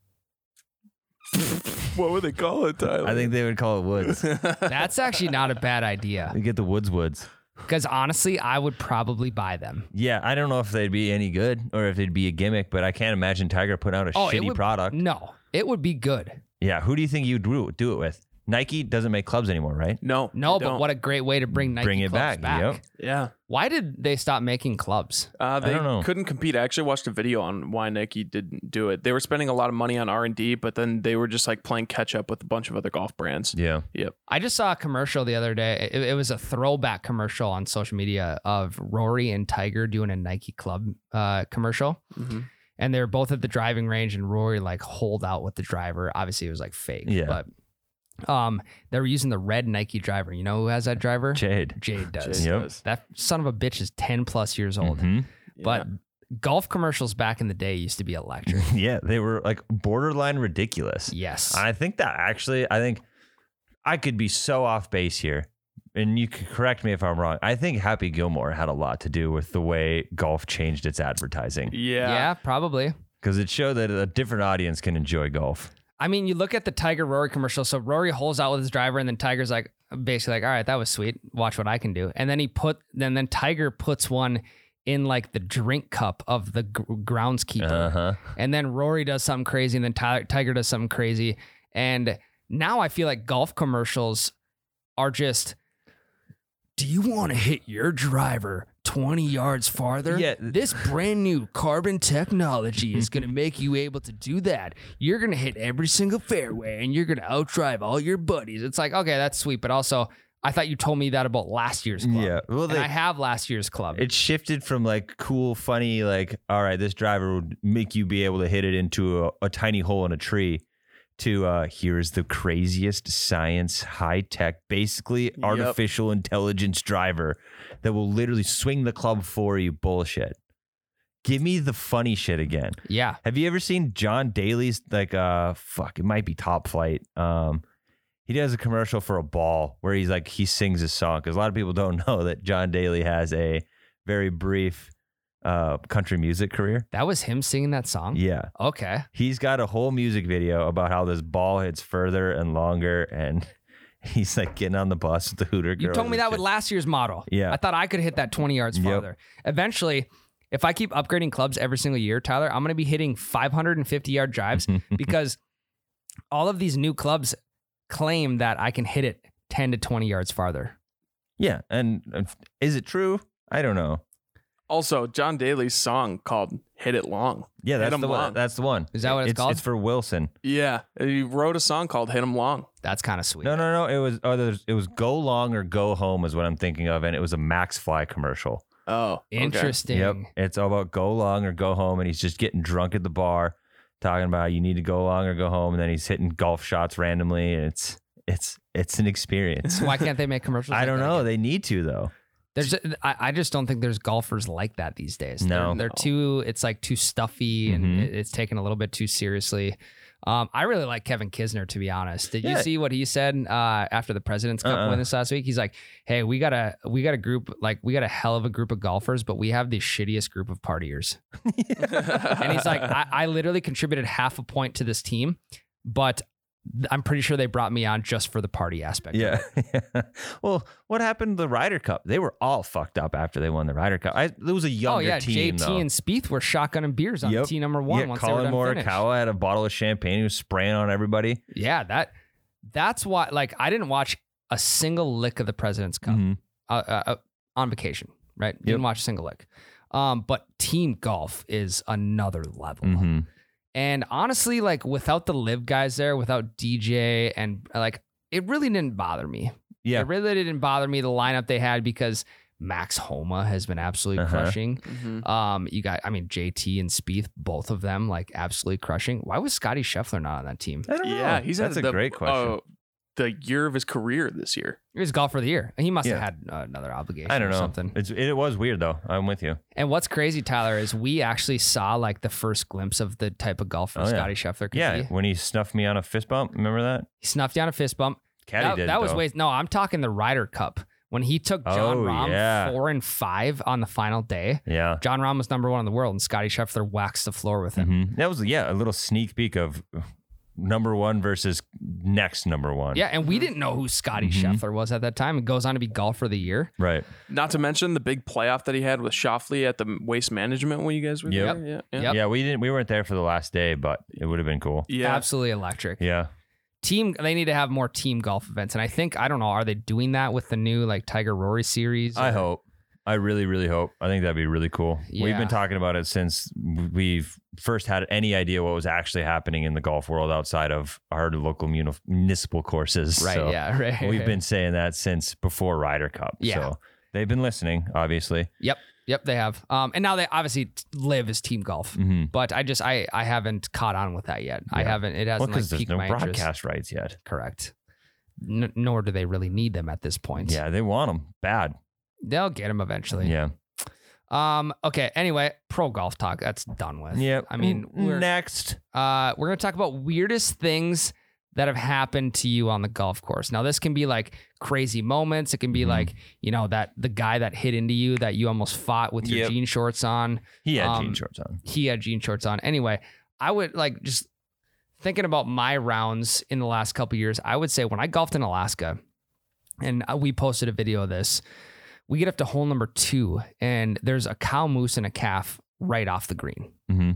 What would they call it, Tyler? I think they would call it woods. That's actually not a bad idea. They get the woods woods. Because honestly, I would probably buy them. Yeah, I don't know if they'd be any good or if they'd be a gimmick, but I can't imagine Tiger putting out a Oh, it shitty would- product. No, it would be good. Yeah, who do you think you'd do do it with? Nike doesn't make clubs anymore, right? no, No, they but don't. what a great way to bring Nike Bring it clubs back, yep. Yeah, Why did they stop making clubs? uh, they don't know. couldn't compete. I actually watched a video on why Nike didn't do it. They were spending a lot of money on R and D, but then they were just like playing catch up with a bunch of other golf brands. Yeah. I just saw a commercial the other day. It, it was a throwback commercial on social media of Rory and Tiger doing a Nike club uh, commercial. Mhm. And they're both at the driving range and Rory like holed out with the driver. Obviously it was like fake. Yeah. But um they were using the red Nike driver. You know who has that driver? Jade. Jade does. Jade Yep. does. That son of a bitch is 10 plus years old. Mhm. But golf commercials back in the day used to be electric. Yeah, they were like borderline ridiculous. yes. I think that actually, I think I could be so off base here, and you can correct me if I'm wrong. I think Happy Gilmore had a lot to do with the way golf changed its advertising yeah, yeah, probably. because it showed that a different audience can enjoy golf. I mean, you look at the Tiger Rory commercial. So Rory holes out with his driver, and then Tiger's like, basically like, all right, that was sweet. Watch what I can do. And then he put, then then Tiger puts one in like the drink cup of the gr- groundskeeper, Uh huh. and then Rory does something crazy, and then Tiger Tiger does something crazy, and now I feel like golf commercials are just. Do you want to hit your driver 20 yards farther? Yeah. This brand new carbon technology is going to make you able to do that. You're going to hit every single fairway and you're going to outdrive all your buddies. It's like, okay, that's sweet. But also, I thought you told me that about last year's club. Yeah. Well, and I they, have last year's club. it shifted from like cool, funny, like, all right, this driver would make you be able to hit it into a, a tiny hole in a tree to uh, here is the craziest science, high tech, basically artificial intelligence driver that will literally swing the club for you. Bullshit. Give me the funny shit again. yeah. Have you ever seen John Daly's like uh fuck, it might be top flight. Um he does a commercial for a ball where he's like he sings his song because a lot of people don't know that John Daly has a very brief uh country music career. That was him singing that song. Yeah. Okay. He's got a whole music video about how this ball hits further and longer and he's like getting on the bus with the Hooter girl. You told me that with last year's model. Yeah. I thought I could hit that 20 yards Yep. farther. Eventually, if I keep upgrading clubs every single year, Tyler, I'm going to be hitting 550 yard drives Mm-hmm. because all of these new clubs claim that I can hit it 10 to 20 yards farther. Yeah. And and is it true? I don't know. Also, John Daly's song called "Hit It Long." Yeah, Hit that's 'em the one. long. That's the one. Is that what it's it's called? It's for Wilson. Yeah, Uh, he wrote a song called "Hit 'Em Long." That's kind of sweet. No, no, no. It was oh, there's- it was go long or go home is what I'm thinking of, and it was a Max Fly commercial. Oh, okay. Interesting. It's all about go long or go home, and he's just getting drunk at the bar, talking about you need to go long or go home, and then he's hitting golf shots randomly, and it's it's it's an experience. So why can't they make commercials? I like don't that know. again? They need to though. There's, I, I just don't think there's golfers like that these days. No. they're, they're too. It's like too stuffy, and Mhm. it- it's taken a little bit too seriously. Um, I really like Kevin Kisner, to be honest. Did you Yeah. see what he said uh, after the President's Cup Uh-uh. win this last week? He's like, "Hey, we got a we got a group like we got a hell of a group of golfers, but we have the shittiest group of partiers." And he's like, I, I literally contributed half a point to this team, but th- I'm pretty sure they brought me on just for the party aspect. of Yeah. it." well, what happened to the Ryder Cup? They were all fucked up after they won the Ryder Cup. I, it was a Oh younger yeah, team JT though. and Spieth were shotgunning beers on Yep. tee number one. yeah, once Colin they were done finished. Morikawa had a bottle of champagne. He was spraying on everybody. Yeah, that that's why. Like, I didn't watch a single lick of the President's Cup Mhm. uh, uh, uh, on vacation. Right, didn't watch a single lick. Um, but team golf is another level. Mhm. And honestly, like without the live guys there, without DJ and like it really didn't bother me. Yeah. It really didn't bother me the lineup they had because Max Homa has been absolutely Uh-huh. crushing. Mhm. Um, you got I mean JT and Spieth, both of them like absolutely crushing. Why was Scotty Scheffler not on that team? I don't know. Yeah, he's that's had a the, great question. uh, the year of his career this year. He was golfer of the year. He must Yeah. have had uh, another obligation I don't know. or something. It's, it was weird though. I'm with you. And what's crazy, Tyler, is we actually saw like the first glimpse of the type of golf Oh, that yeah. Scotty Scheffler could Yeah, be. when he snuffed me on a fist bump, remember that? He snuffed down a fist bump. Caddy that, did. that was though. ways. No, I'm talking the Ryder Cup when he took John Oh, Rahm yeah. four and five on the final day. Yeah. John Rahm was number one in the world, and Scotty Scheffler waxed the floor with him. Mhm. That was yeah a little sneak peek of number one versus next number one. Yeah, and we didn't know who Scotty Mhm. Scheffler was at that time. And goes on to be golfer of the year. Right. Not to mention the big playoff that he had with Shoffley at the waste management when you guys were Yep. there. Yeah, yeah. Yep. Yeah. We didn't. We weren't there for the last day, but it would have been cool. Yeah. Absolutely electric. Yeah. Team, they need to have more team golf events. And I think I don't know, are they doing that with the new like Tiger Rory series? I Or- hope. I really, really hope. I think that'd be really cool. We've Yeah. been talking about it since we've first had any idea what was actually happening in the golf world outside of our local muni- municipal courses. Right. So yeah. Right. We've been saying that since before Ryder Cup. Yeah. So they've been listening, obviously. Yep. They have. Um. And now they obviously t- live as team golf. Mm-hmm. But I just I I haven't caught on with that yet. I Yeah. haven't. It Well, hasn't because like there's piqued no my broadcast interest. rights yet. Correct. N- nor do they really need them at this point. Yeah, they want them bad. They'll get them eventually. Yeah. Um. Okay. Anyway, pro golf talk. That's done with. Yeah. I mean, Mm, we're next. uh, we're gonna talk about weirdest things that have happened to you on the golf course. Now, this can be like crazy moments. It can be Mhm. like you know that the guy that hit into you that you almost fought with your Yep. jean shorts on. He had Um, jean shorts on. he had jean shorts on. Anyway, I would like just thinking about my rounds in the last couple years. I would say when I golfed in Alaska, and uh, we posted a video of this, we get up to hole number two, and there's a cow moose and a calf right off the green. Mm-hmm.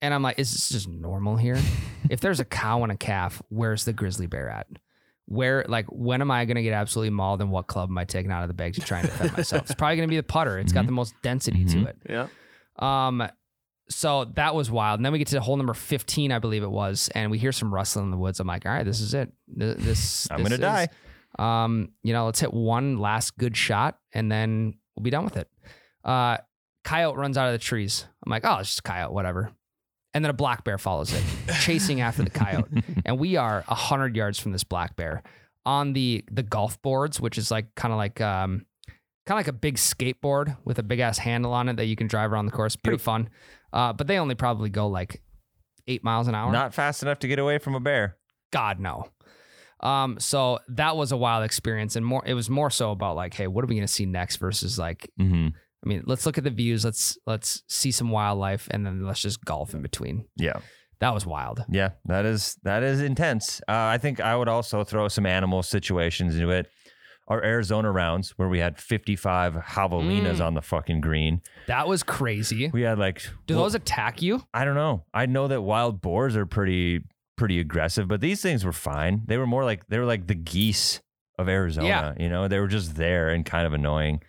And I'm like, is this just normal here? if there's a cow and a calf, where's the grizzly bear at? Where, like, when am I going to get absolutely mauled and what club am I taking out of the bag to try and defend myself? It's probably going to be the putter. It's got Mhm. the most density Mhm. to it. Yeah. Um, so that was wild. And then we get to hole number 15, I believe it was, and we hear some rustling in the woods. I'm like, all right, this is it. Th- This, I'm this gonna die. is- Um, you know, let's hit one last good shot and then we'll be done with it. Uh, coyote runs out of the trees. I'm like, oh, it's just a coyote, whatever. And then a black bear follows it, chasing after the coyote. And we are hundred yards from this black bear on the the golf boards, which is like kind of like um kind of like a big skateboard with a big ass handle on it that you can drive around the course. Pretty fun. Uh, but they only probably go like eight miles an hour. Not fast enough to get away from a bear. God no. Um, so that was a wild experience, and more. It was more so about like, hey, what are we gonna see next versus like, Mm-hmm. I mean, let's look at the views, let's let's see some wildlife, and then let's just golf in between. Yeah. That was wild. Yeah, that is that is intense. Uh, I think I would also throw some animal situations into it. Our Arizona rounds where we had 55 javelinas Mm. on the fucking green. That was crazy. We had like Do well, those attack you? I don't know. I know that wild boars are pretty pretty aggressive, but these things were fine. They were more like they were like the geese of Arizona, you know? They were just there and kind of annoying.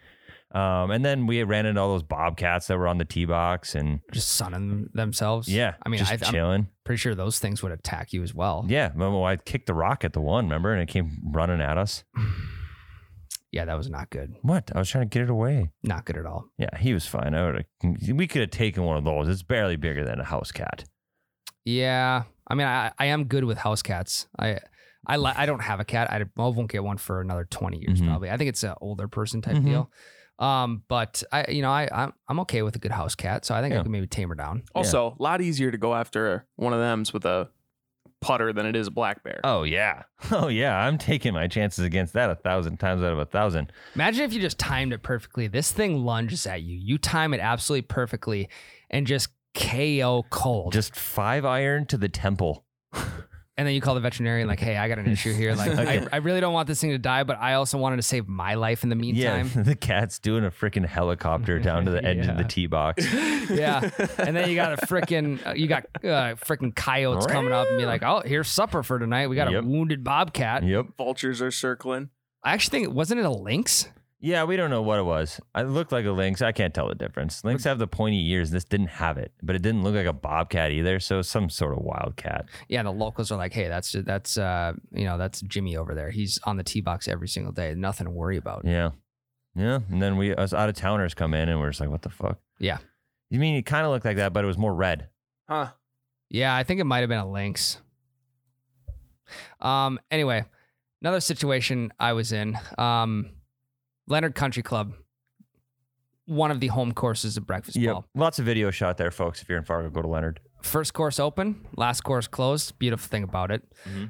Um, and then we ran into all those bobcats that were on the tee box and Just sunning them- themselves. yeah, I mean, just I, I'm Oh. chilling. pretty sure those things would attack you as well. Yeah, remember when I kicked the rock at the one, remember? And it came running at us. Yeah, that was not good. What? I was trying to get it away. Not good at all. Yeah, he was fine. I would have. We could have taken one of those. It's barely bigger than a house cat. Yeah, I mean, I I am good with house cats. I. I, li- I don't have a cat. I, I won't get one for another 20 years, Mhm. probably. I think it's an older person type Mhm. deal. Um, but I, you know, I, I'm, I'm okay with a good house cat, so I think I Yeah. could maybe tame her down. Also, a lot easier to go after one of them's with a putter than it is a black bear. Oh yeah, oh yeah. I'm taking my chances against that a thousand times out of a thousand. Imagine if you just timed it perfectly. This thing lunges at you. You time it absolutely perfectly, and just KO cold. Just five iron to the temple. and then you call the veterinarian like, "Hey, I got an issue here. Like, Okay. I, I really don't want this thing to die, but I also wanted to save my life in the meantime." Yeah, the cat's doing a freaking helicopter down to the edge of the Yeah. tee box. Yeah. And then you got a frickin' uh, you got uh, frickin' coyotes coming up and be like, oh, here's supper for tonight. We got Yep. a wounded bobcat. Yep. vultures are circling. I actually think wasn't it a lynx? Yeah, we don't know what it was. It looked like a lynx. I can't tell the difference. Lynx have the pointy ears. This didn't have it, but it didn't look like a bobcat either. So it's some sort of wildcat. Yeah, the locals are like, hey, that's that's uh, you know that's Jimmy over there. He's on the tee box every single day. Nothing to worry about. Yeah, yeah. And then we us out of towners come in, and we're just like, what the fuck? Yeah. You mean it kind of looked like that, but it was more red. Huh. Yeah, I think it might have been a lynx. Um. Anyway, another situation I was in. Um, Leonard Country Club, one of the home courses of breakfast Yep. ball. Lots of video shot there, folks. If you're in Fargo, go to Leonard. first course open, last course closed. Beautiful thing about it.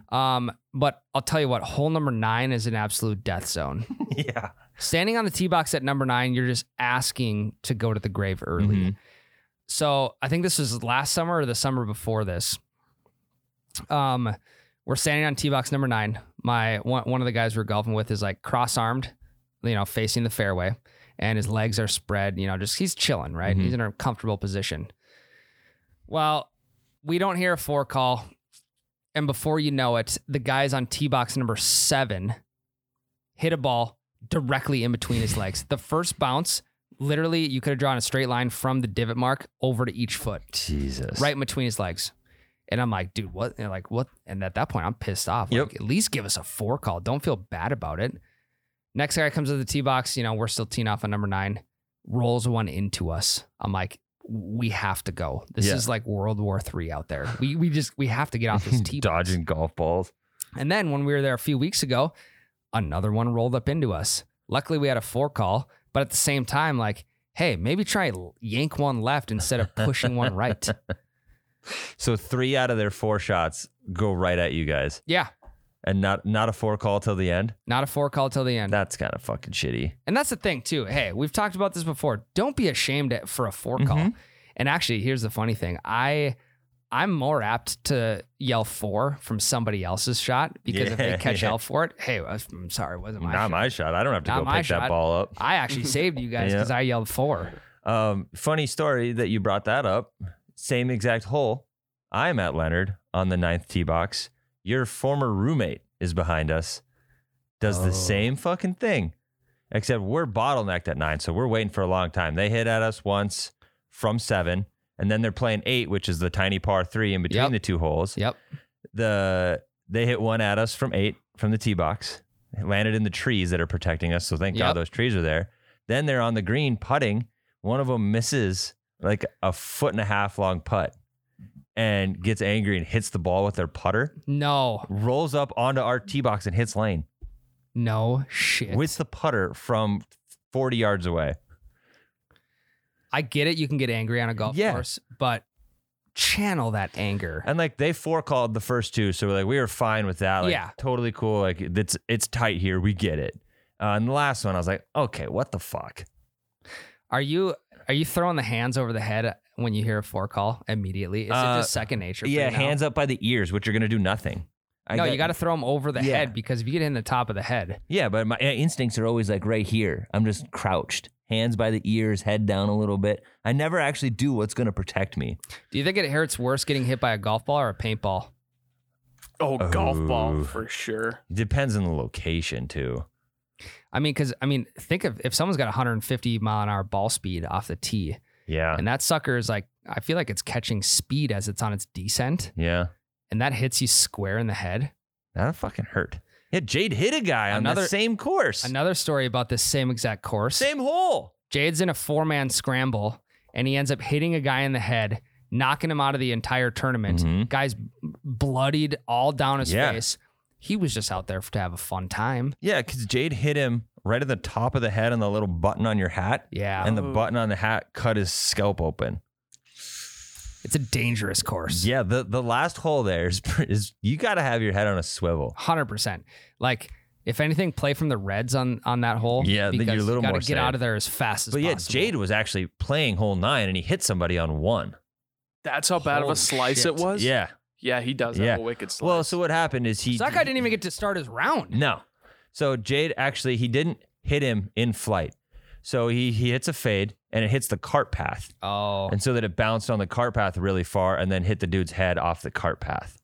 Um, but I'll tell you what, hole number nine is an absolute death zone. yeah. Standing on the tee box at number nine, you're just asking to go to the grave early. Mhm. So I think this was last summer or the summer before this. Um, we're standing on tee box number nine. My one one of the guys we're golfing with is like cross armed, you know, facing the fairway, and his legs are spread. You know, just he's chilling, right? Mhm. He's in a comfortable position. Well, we don't hear a four call, and before you know it, the guy's on tee box number seven hit a ball directly in between his legs. The first bounce, literally, you could have drawn a straight line from the divot mark over to each foot Jesus. right in between his legs. And I'm like, dude, what? And like, what? And at that point, I'm pissed off. Yep. Like, at least give us a four call. Don't feel bad about it. Next guy comes to the tee box. You know, we're still teeing off on number nine. Rolls one into us. I'm like, we have to go. This Yeah. is like World War Three out there. We we just we have to get off this tee box. Dodging golf balls. And then when we were there a few weeks ago, another one rolled up into us. Luckily, we had a four call, but at the same time, like, hey, maybe try yank one left instead of pushing one right. So three out of their four shots go right at you guys, Yeah, and not not a four call till the end. not a four call till the end. That's kind of fucking shitty. and that's the thing too. Hey, we've talked about this before. Don't be ashamed at, for a four Mm-hmm. call. And actually, here's the funny thing. I I'm more apt to yell four from somebody else's shot because if they Yeah, catch yeah. L for it, hey, uh, I'm sorry, it wasn't my not shot. my shot. I don't have to Not go my pick shot. that ball up. I actually saved you guys Yeah. because I yelled four. Um, funny story that you brought that up. Same exact hole. I'm at Leonard on the ninth tee box. Your former roommate is behind us. Does Oh. the same fucking thing, except we're bottlenecked at nine, so we're waiting for a long time. They hit at us once from seven, and then they're playing eight, which is the tiny par three in between Yep. the two holes. Yep. The they hit one at us from eight from the tee box. It landed in the trees that are protecting us. So thank Yep. God those trees are there. Then they're on the green putting. One of them misses like a foot and a half long putt and gets angry and hits the ball with their putter, No, rolls up onto our tee box and hits lane no shit. with the putter from 40 yards away. I get it. You can get angry on a golf Yeah. course, but channel that anger. And like they four called the first two, so like we were fine with that. Like, Yeah. totally cool. Like it's it's tight here. We get it. Uh, and the last one, I was like, okay, what the fuck? Are you are you throwing the hands over the head when you hear a four call immediately? Is it Uh, just second nature? for yeah, you now? hands up by the ears, which are gonna do nothing. I no, got- you got to throw them over the Yeah. head because if you get in the top of the head, Yeah, but my instincts are always like right here. I'm just crouched, hands by the ears, head down a little bit. I never actually do what's gonna protect me. do you think it hurts worse getting hit by a golf ball or a paintball? Oh, golf ball Oh. for sure. It depends on the location too. I mean, because I mean, think of if someone's got 150 mile an hour ball speed off the tee, Yeah, and that sucker is like, I feel like it's catching speed as it's on its descent, yeah, and that hits you square in the head. that'll fucking hurt. Yeah, Jade hit a guy on Another- the same course, Another story about this same exact course. same hole. Jade's in a four man scramble and he ends up hitting a guy in the head, knocking him out of the entire tournament. Mhm. Guy's bloodied all down his Yeah. face. He was just out there to have a fun time. Yeah, because Jade hit him right at the top of the head on the little button on your hat, Yeah. and the Oh. button on the hat cut his scalp open. It's a dangerous course. Yeah, the, the last hole there is, is you got to have your head on a swivel. Hundred percent. Like if anything, play from the Reds on on that hole. Yeah, then you're a because you little gotta more get safe. out of there as fast as But yeah, possible. Jade was actually playing hole nine and he hit somebody on one. That's how bad of Holy a slice shit. it was. Yeah. yeah, he does Yeah. have a wicked slice. Well, so what happened is he. So that guy didn't even get to start his round. No. So Jade actually, he didn't hit him in flight. So he, he hits a fade and it hits the cart path. Oh. And so that it bounced on the cart path really far and then hit the dude's head off the cart path.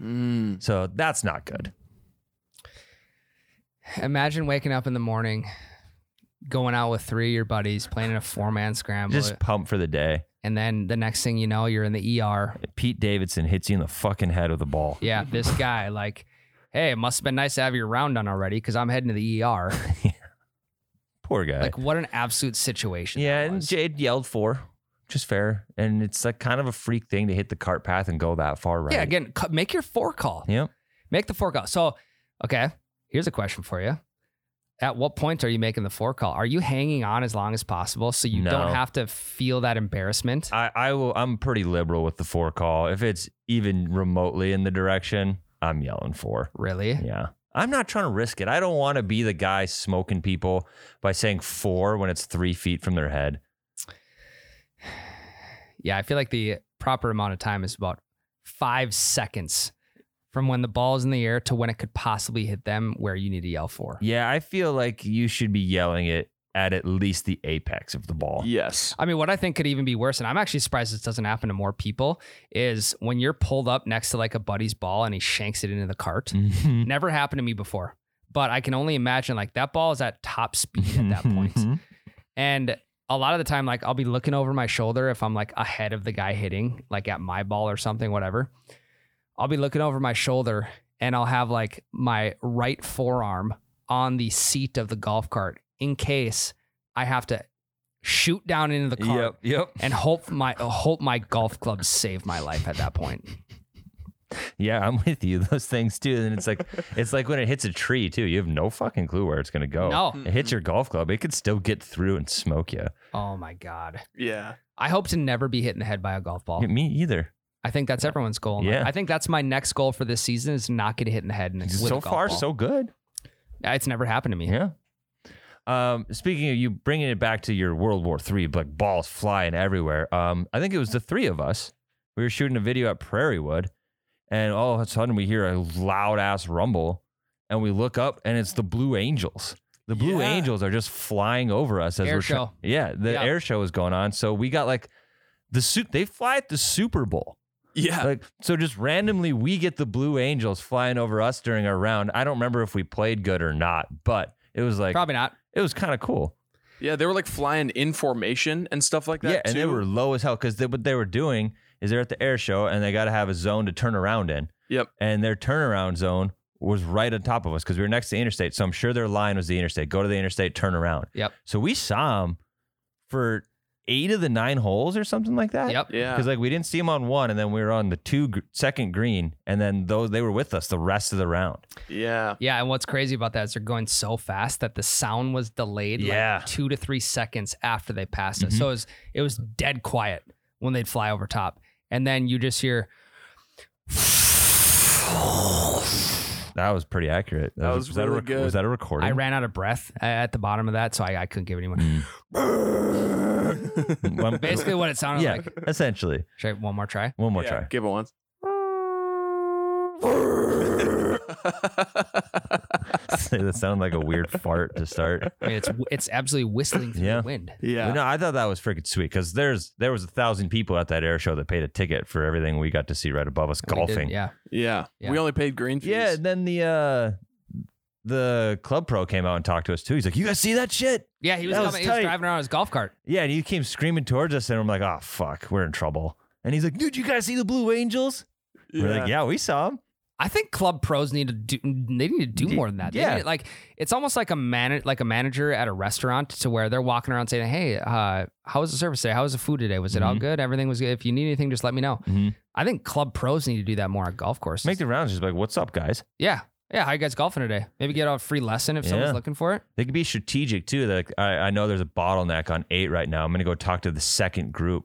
Mm. So that's not good. Imagine waking up in the morning, going out with three of your buddies, playing in a four man scramble, Just pump for the day. and then the next thing you know, you're in the ER. Pete Davidson hits you in the fucking head with a ball. Yeah, this guy, like, hey, it must have been nice to have your round done already because I'm heading to the ER. Poor guy. Like, what an absolute situation. yeah, that and was. Jade yelled for, which is fair. And it's like kind of a freak thing to hit the cart path and go that far right. yeah, again, cu- make your four call. Yep. Make the four call. So, okay, here's a question for you. At what point are you making the four call? Are you hanging on as long as possible so you No. don't have to feel that embarrassment? I, I will. I'm pretty liberal with the four call. If it's even remotely in the direction, I'm yelling for. really? Yeah. I'm not trying to risk it. I don't want to be the guy smoking people by saying four when it's three feet from their head. Yeah, I feel like the proper amount of time is about five seconds from when the ball is in the air to when it could possibly hit them where you need to yell for. Yeah, I feel like you should be yelling it at at least the apex of the ball. Yes. I mean, what I think could even be worse, and I'm actually surprised this doesn't happen to more people, is when you're pulled up next to like a buddy's ball and he shanks it into the cart. Mhm. Never happened to me before, but I can only imagine like that ball is at top speed at that point. Mhm. And a lot of the time, like I'll be looking over my shoulder if I'm like ahead of the guy hitting, like at my ball or something, whatever. I'll be looking over my shoulder and I'll have like my right forearm on the seat of the golf cart in case I have to shoot down into the cart Yep. Yep. and hope my hope my golf clubs save my life at that point. Yeah, I'm with you. Those things too. And it's like it's like when it hits a tree too. You have no fucking clue where it's gonna go. No. Oh, It hits your golf club. It could still get through and smoke you. Oh my god. Yeah. I hope to never be hit in the head by a golf ball. Me either. I think that's everyone's goal. in life. Yeah. I think that's my next goal for this season is not get hit in the head. in- With a so golf far, ball. so good. Uh, it's never happened to me. Yeah. Um, speaking of you bringing it back to your World War Three, like balls flying everywhere. Um, I think it was the three of us. We were shooting a video at Prairie Wood, and all of a sudden we hear a loud ass rumble, and we look up, and it's the Blue Angels. The Blue Yeah. Angels are just flying over us as Air we're try- show. yeah, the Yeah. air show is going on, so we got like the suit. They fly at the Super Bowl. Yeah. Like so, just randomly, we get the Blue Angels flying over us during our round. I don't remember if we played good or not, but it was like Probably not. it was kind of cool. Yeah. They were like flying in formation and stuff like that. yeah, and they too. were low as hell because they, what they were doing is they're at the air show and they got to have a zone to turn around in. Yep. And their turnaround zone was right on top of us because we were next to the interstate, so I'm sure their line was the interstate. Go to the interstate, turn around. Yep. So we saw them for eight of the nine holes or something like that. Yep. Yeah. Because like we didn't see him on one, and then we were on the two gr- second green, and then those they were with us the rest of the round. yeah. Yeah, and what's crazy about that is they're going so fast that the sound was delayed Yeah. like two to three seconds after they passed Mhm. us. So it was it was dead quiet when they'd fly over top. And then you just hear That was pretty accurate. That was that a really rec- good. Was that a recording? I ran out of breath a- at the bottom of that, so I, I couldn't give any more. One- Basically what it sounded yeah, like. essentially. Should I one more try? One more yeah, try. Give it once. that sounded like a weird fart to start. I mean it's it's absolutely whistling through Yeah. the wind. yeah. No, I thought that was freaking sweet because there's there was a thousand people at that air show that paid a ticket for everything we got to see right above us We did- golfing. yeah. yeah. Yeah. We only paid green fees. Yeah, and then the uh the club pro came out and talked to us too. He's like, "You guys see that shit?" Yeah, he was, That was coming, he was tight. driving around his golf cart. Yeah, and he came screaming towards us, and I'm like, "Oh fuck, we're in trouble." And he's like, "Dude, you guys see the Blue Angels?" We're like, "Yeah, we saw them." I think club pros need to do. They need to do more than that. They Yeah. need to- like it's almost like a man, like a manager at a restaurant, to where they're walking around saying, "Hey, uh, how was the service today? How was the food today? Was it all Mhm. good? Everything was good. If you need anything, just let me know." Mhm. I think club pros need to do that more at golf courses. Make the rounds, just like, "What's up, guys?" yeah, Yeah, how you guys golfing today? Maybe get a free lesson if someone's Yeah. looking for it. They could be strategic too. They're Like I, I know there's a bottleneck on eight right now. I'm going to go talk to the second group,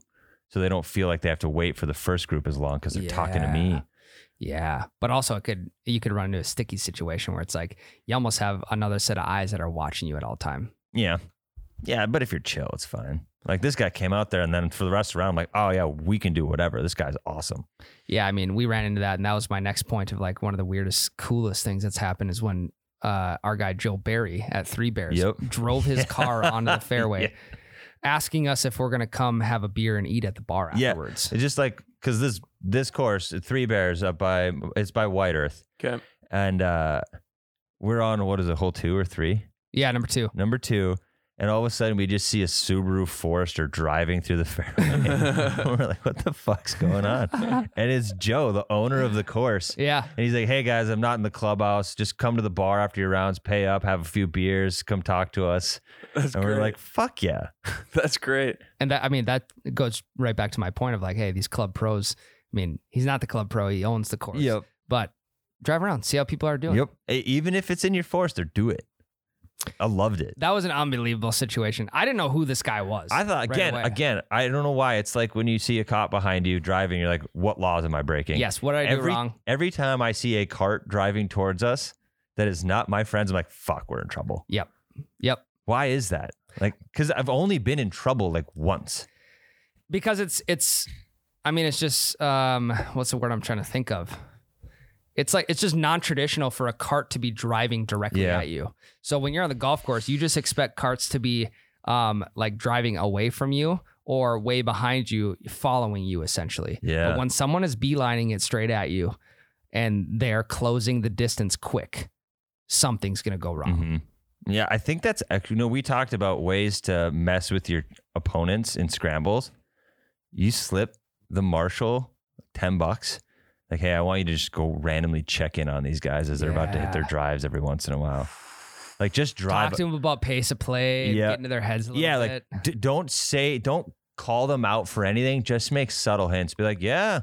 so they don't feel like they have to wait for the first group as long because they're talking to Yeah. me. Yeah, but also it could you could run into a sticky situation where it's like you almost have another set of eyes that are watching you at all time. Yeah, yeah. But if you're chill, it's fine. Like this guy came out there, and then for the rest of the round, I'm like, oh yeah, we can do whatever. This guy's awesome. Yeah, I mean, we ran into that, and that was my next point of like one of the weirdest, coolest things that's happened is when uh, our guy Joe Barry at Three Bears Yep. drove his car onto the fairway, Yeah. asking us if we're gonna come have a beer and eat at the bar Yeah. afterwards. It's just like because this this course, Three Bears up by it's by White Earth, Okay. and uh we're on what is it, hole two or three? Yeah, number two. number two, and all of a sudden we just see a Subaru Forester driving through the fairway. We're like, what the fuck's going on? and it's Joe, the owner of the course. Yeah, And he's like, hey guys, I'm not in the clubhouse. Just come to the bar after your rounds, pay up, have a few beers, come talk to us. That's and great. we're like, fuck yeah. that's great. and that I mean that goes right back to my point of like, hey, these club pros. I mean, he's not the club pro; he owns the course. but drive around, see how people are doing. Yep. E- Even if it's in your Forester, do it. I loved it. That was an unbelievable situation. I didn't know who this guy was. I thought right again, away. again, I don't know why. It's like when you see a cop behind you driving, you're like, what laws am I breaking? Yes, what did I do every, wrong? Every time I see a cart driving towards us that is not my friends, I'm like, fuck, we're in trouble. Yep. Yep. Why is that? Like, because I've only been in trouble like once. Because it's it's I mean, it's just um what's the word I'm trying to think of? It's like it's just non-traditional for a cart to be driving directly Yeah. at you. So when you're on the golf course, you just expect carts to be um like driving away from you or way behind you, following you essentially. Yeah. But when someone is beelining it straight at you and they're closing the distance quick, something's gonna go wrong. Mhm. Yeah, I think that's actually, you know, we talked about ways to mess with your opponents in scrambles. You slip the marshal 10 bucks. Like, hey, I want you to just go randomly check in on these guys as they're about to hit their Yeah. drives every once in a while. Like, just Mm-hmm. drive. Talk to them about pace of play, Yeah. get into their heads a little yeah, bit. like d- don't say, don't call them out for anything. Just make subtle hints. Be like, yeah,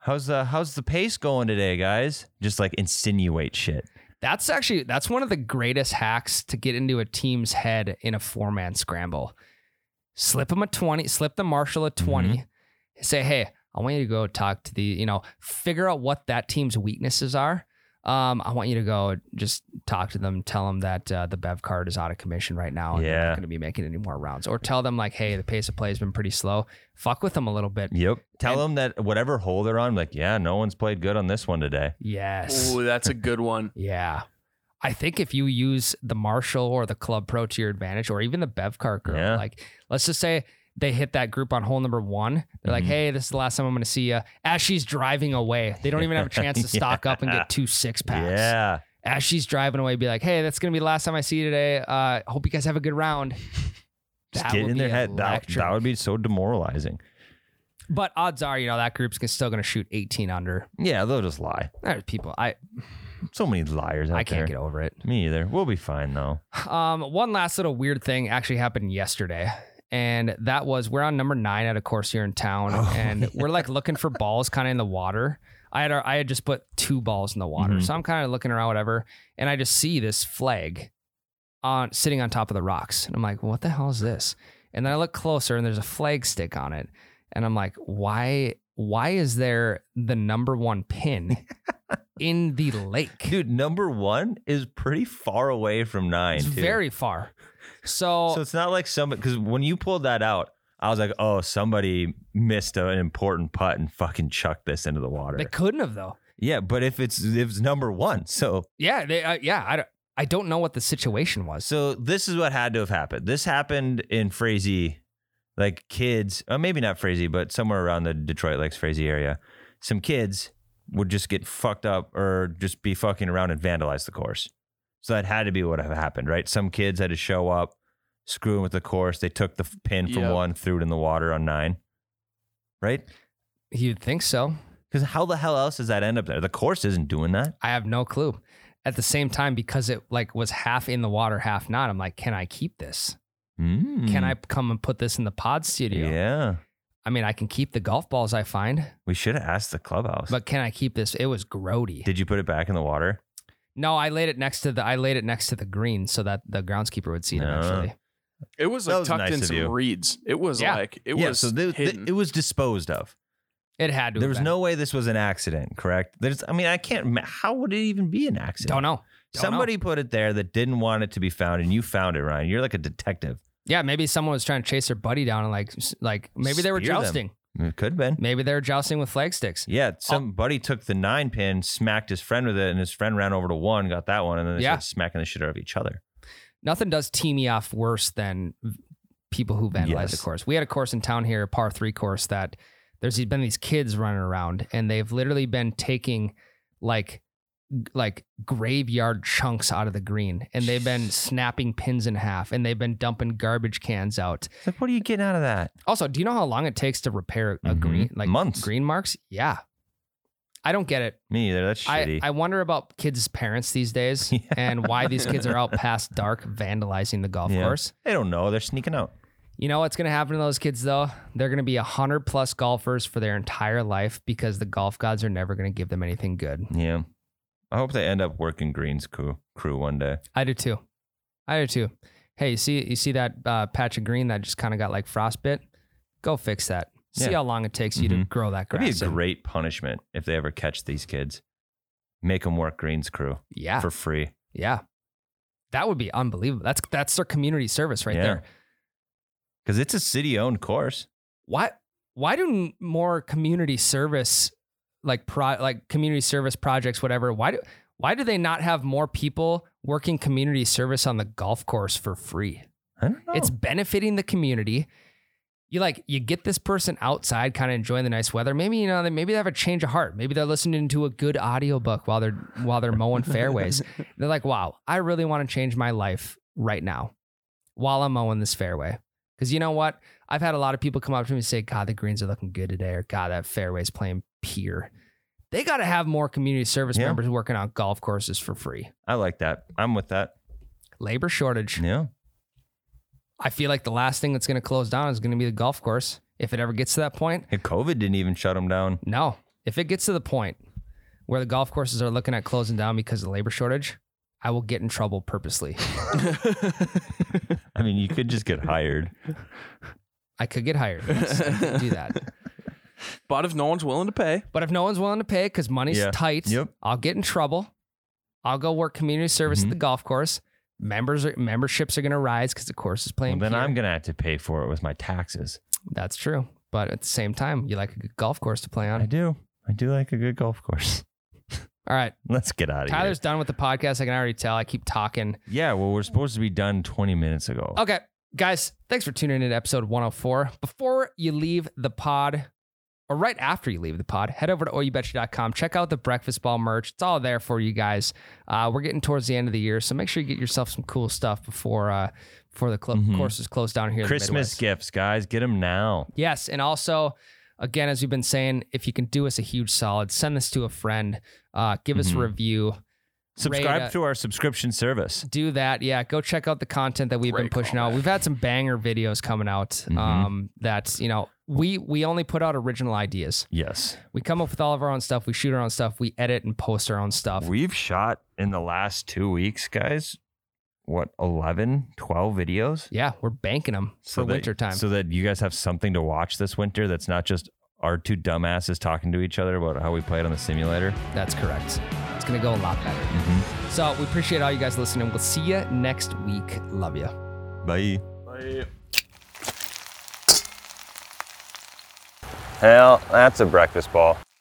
how's the how's the pace going today, guys? Just like insinuate shit. That's actually that's one of the greatest hacks to get into a team's head in a four man scramble. Slip them a twenty, slip the marshal a 20 Say, hey, I want you to go talk to the, you know, figure out what that team's weaknesses are. Um, I want you to go just talk to them, tell them that uh, the Bev card is out of commission right now, and they're Yeah. not going to be making any more rounds, or tell them like, hey, the pace of play has been pretty slow. Fuck with them a little bit. Yep. Tell them that whatever hole they're on, like, yeah, no one's played good on this one today. Yes. Ooh, that's a good one. Yeah. I think if you use the Marshall or the Club Pro to your advantage, or even the Bevcar girl, Yeah. like let's just say they hit that group on hole number one. They're like, Mhm. hey, this is the last time I'm going to see you. As she's driving away, they don't even have a chance to stock up and get two six packs. Yeah. As she's driving away, be like, hey, that's going to be the last time I see you today. Uh, hope you guys have a good round. Just That get would in their be head. That, electric. that would be so demoralizing. But odds are, you know, that group's still going to shoot 18 under. Yeah, they'll just lie. There's people. I, So many liars out I can't there. get over it. Me either. We'll be fine though. Um, one last little weird thing actually happened yesterday. And that was we're on number nine at a course here in town, Oh, and we're like looking for balls kind of in the water. I had our, I had just put two balls in the water, Mhm. so I'm kind of looking around, whatever, and I just see this flag on sitting on top of the rocks, and I'm like, what the hell is this? And then I look closer, and there's a flag stick on it, and I'm like, why why is there the number one pin in the lake? Dude, number one is pretty far away from nine. it's too. very far. So it's not like somebody because when you pulled that out, I was like, oh, somebody missed a- an important putt and fucking chucked this into the water. They couldn't have though. yeah, but if it's if it's number one, so Yeah, they. Uh, yeah, I don't. I don't know what the situation was. so this is what had to have happened. This happened in Frazee, like kids, uh, maybe not Frazee, but somewhere around the Detroit Lakes Frazee area. Some kids would just get fucked up or just be fucking around and vandalize the course. So that had to be what had happened, right? Some kids had to show up, screwing with the course. They took the f- pin from Yep. one, threw it in the water on nine, right? You'd think so. Because how the hell else does that end up there? The course isn't doing that. I have no clue. At the same time, because it like was half in the water, half not. I'm like, can I keep this? Can I come and put this in the pod studio? Hmm. Yeah, I mean, I can keep the golf balls I find, we should have asked the clubhouse. but can I keep this? It was grody. Did you put it back in the water? No, I laid it next to the I laid it next to the green so that the groundskeeper would see it No. eventually. It was That like was tucked nice in of some you. reeds. It was Yeah. like it yeah, was so the, the- hidden. it was disposed of. It had to. There have was been. no way this was an accident, correct? There's, I mean, I can't. ma- How would it even be an accident? Don't know. Don't know. Somebody put it there that didn't want it to be found, and you found it, Ryan. You're like a detective. Yeah, maybe someone was trying to chase their buddy down and like s- like maybe they were Spear them. jousting. It could have been. Maybe they were jousting with flag sticks. Yeah, Oh. somebody took the nine pin, smacked his friend with it, and his friend ran over to one, got that one, and then they Yeah. started smacking the shit out of each other. Nothing does tee me off worse than v- people who vandalize Yes. the course. We had a course in town here, a par three course that there's been these kids running around and they've literally been taking like like graveyard chunks out of the green and they've been snapping pins in half and they've been dumping garbage cans out. It's like, what are you getting out of that? Also, do you know how long it takes to repair a Mhm. green like Months. green marks? Yeah. I don't get it. Me either. That's I, shitty. I wonder about kids' parents these days Yeah. and why these kids are out past dark vandalizing the golf Yeah. course. they don't know. They're sneaking out. You know what's going to happen to those kids though? They're going to be 100 plus golfers for their entire life because the golf gods are never going to give them anything good. Yeah. I hope they end up working Green's crew, crew one day. I do too. I do too. Hey, you see you see that uh, patch of green that just kind of got like frostbit? Go fix that. See Yeah. how long it takes you to Mhm. grow that grass. That'd be a in. great punishment if they ever catch these kids. Make them work Green's crew yeah. for free. yeah. That would be unbelievable. That's that's their community service right Yeah. there. Because it's a city owned course. why why do n- more community service like pro like community service projects whatever why do why do they not have more people working community service on the golf course for free I don't know. it's benefiting the community you like you get this person outside kind of enjoying the nice weather maybe you know they maybe they have a change of heart maybe they're listening to a good audiobook while they're while they're mowing fairways they're like wow i really want to change my life right now while i'm mowing this fairway because you know what i've had a lot of people come up to me and say god the greens are looking good today or god that fairway's playing pure they got to have more community service Yeah. members working on golf courses for free I like that. I'm with that. labor shortage Yeah. I feel like the last thing that's going to close down is going to be the golf course. If it ever gets to that point, And COVID didn't even shut them down. no. If it gets to the point where the golf courses are looking at closing down because of the labor shortage, I will get in trouble purposely. I mean, you could just get hired. I could get hired. Yes, I could do that. but if no one's willing to pay, But if no one's willing to pay because money's Yeah. tight, Yep. I'll get in trouble. I'll go work community service Mhm. at the golf course. Members are, memberships are going to rise because the course is Well, playing. then pure. I'm going to have to pay for it with my taxes. That's true. But at the same time, you like a good golf course to play on. I do. I do like a good golf course. All right. Let's get out of Tyler's done with the podcast. I can already tell. I keep talking. here. Yeah, well, we're supposed to be done 20 minutes ago. Okay, guys, thanks for tuning in to episode 104. Before you leave the pod, or right after you leave the pod, head over to oyoubetcha.com. Check out the breakfast ball merch. It's all there for you guys. Uh, we're getting towards the end of the year, so make sure you get yourself some cool stuff before uh, before the club Mhm. courses close down here. in the Christmas Midwest. gifts, guys. Get them now. Yes, and also, again, as we've been saying, if you can do us a huge solid, send this to a friend, uh, give us a Mhm. review, Subscribe Rate it. to our subscription service. do that. Yeah, go check out the content that we've been Great pushing call, out. man. Mm-hmm. We've had some banger videos coming out. Mhm. Um, that's you know we we only put out original ideas. Yes. We come up with all of our own stuff. We shoot our own stuff. We edit and post our own stuff. We've shot in the last two weeks, guys, what, 11, 12 videos? yeah, we're banking them for that- winter time. So that you guys have something to watch this winter that's not just our two dumbasses talking to each other about how we played on the simulator. that's correct. It's gonna go a lot better. Mm-hmm. So we appreciate all you guys listening. We'll see you next week. Love you. Bye. like, Hell, that's a breakfast ball.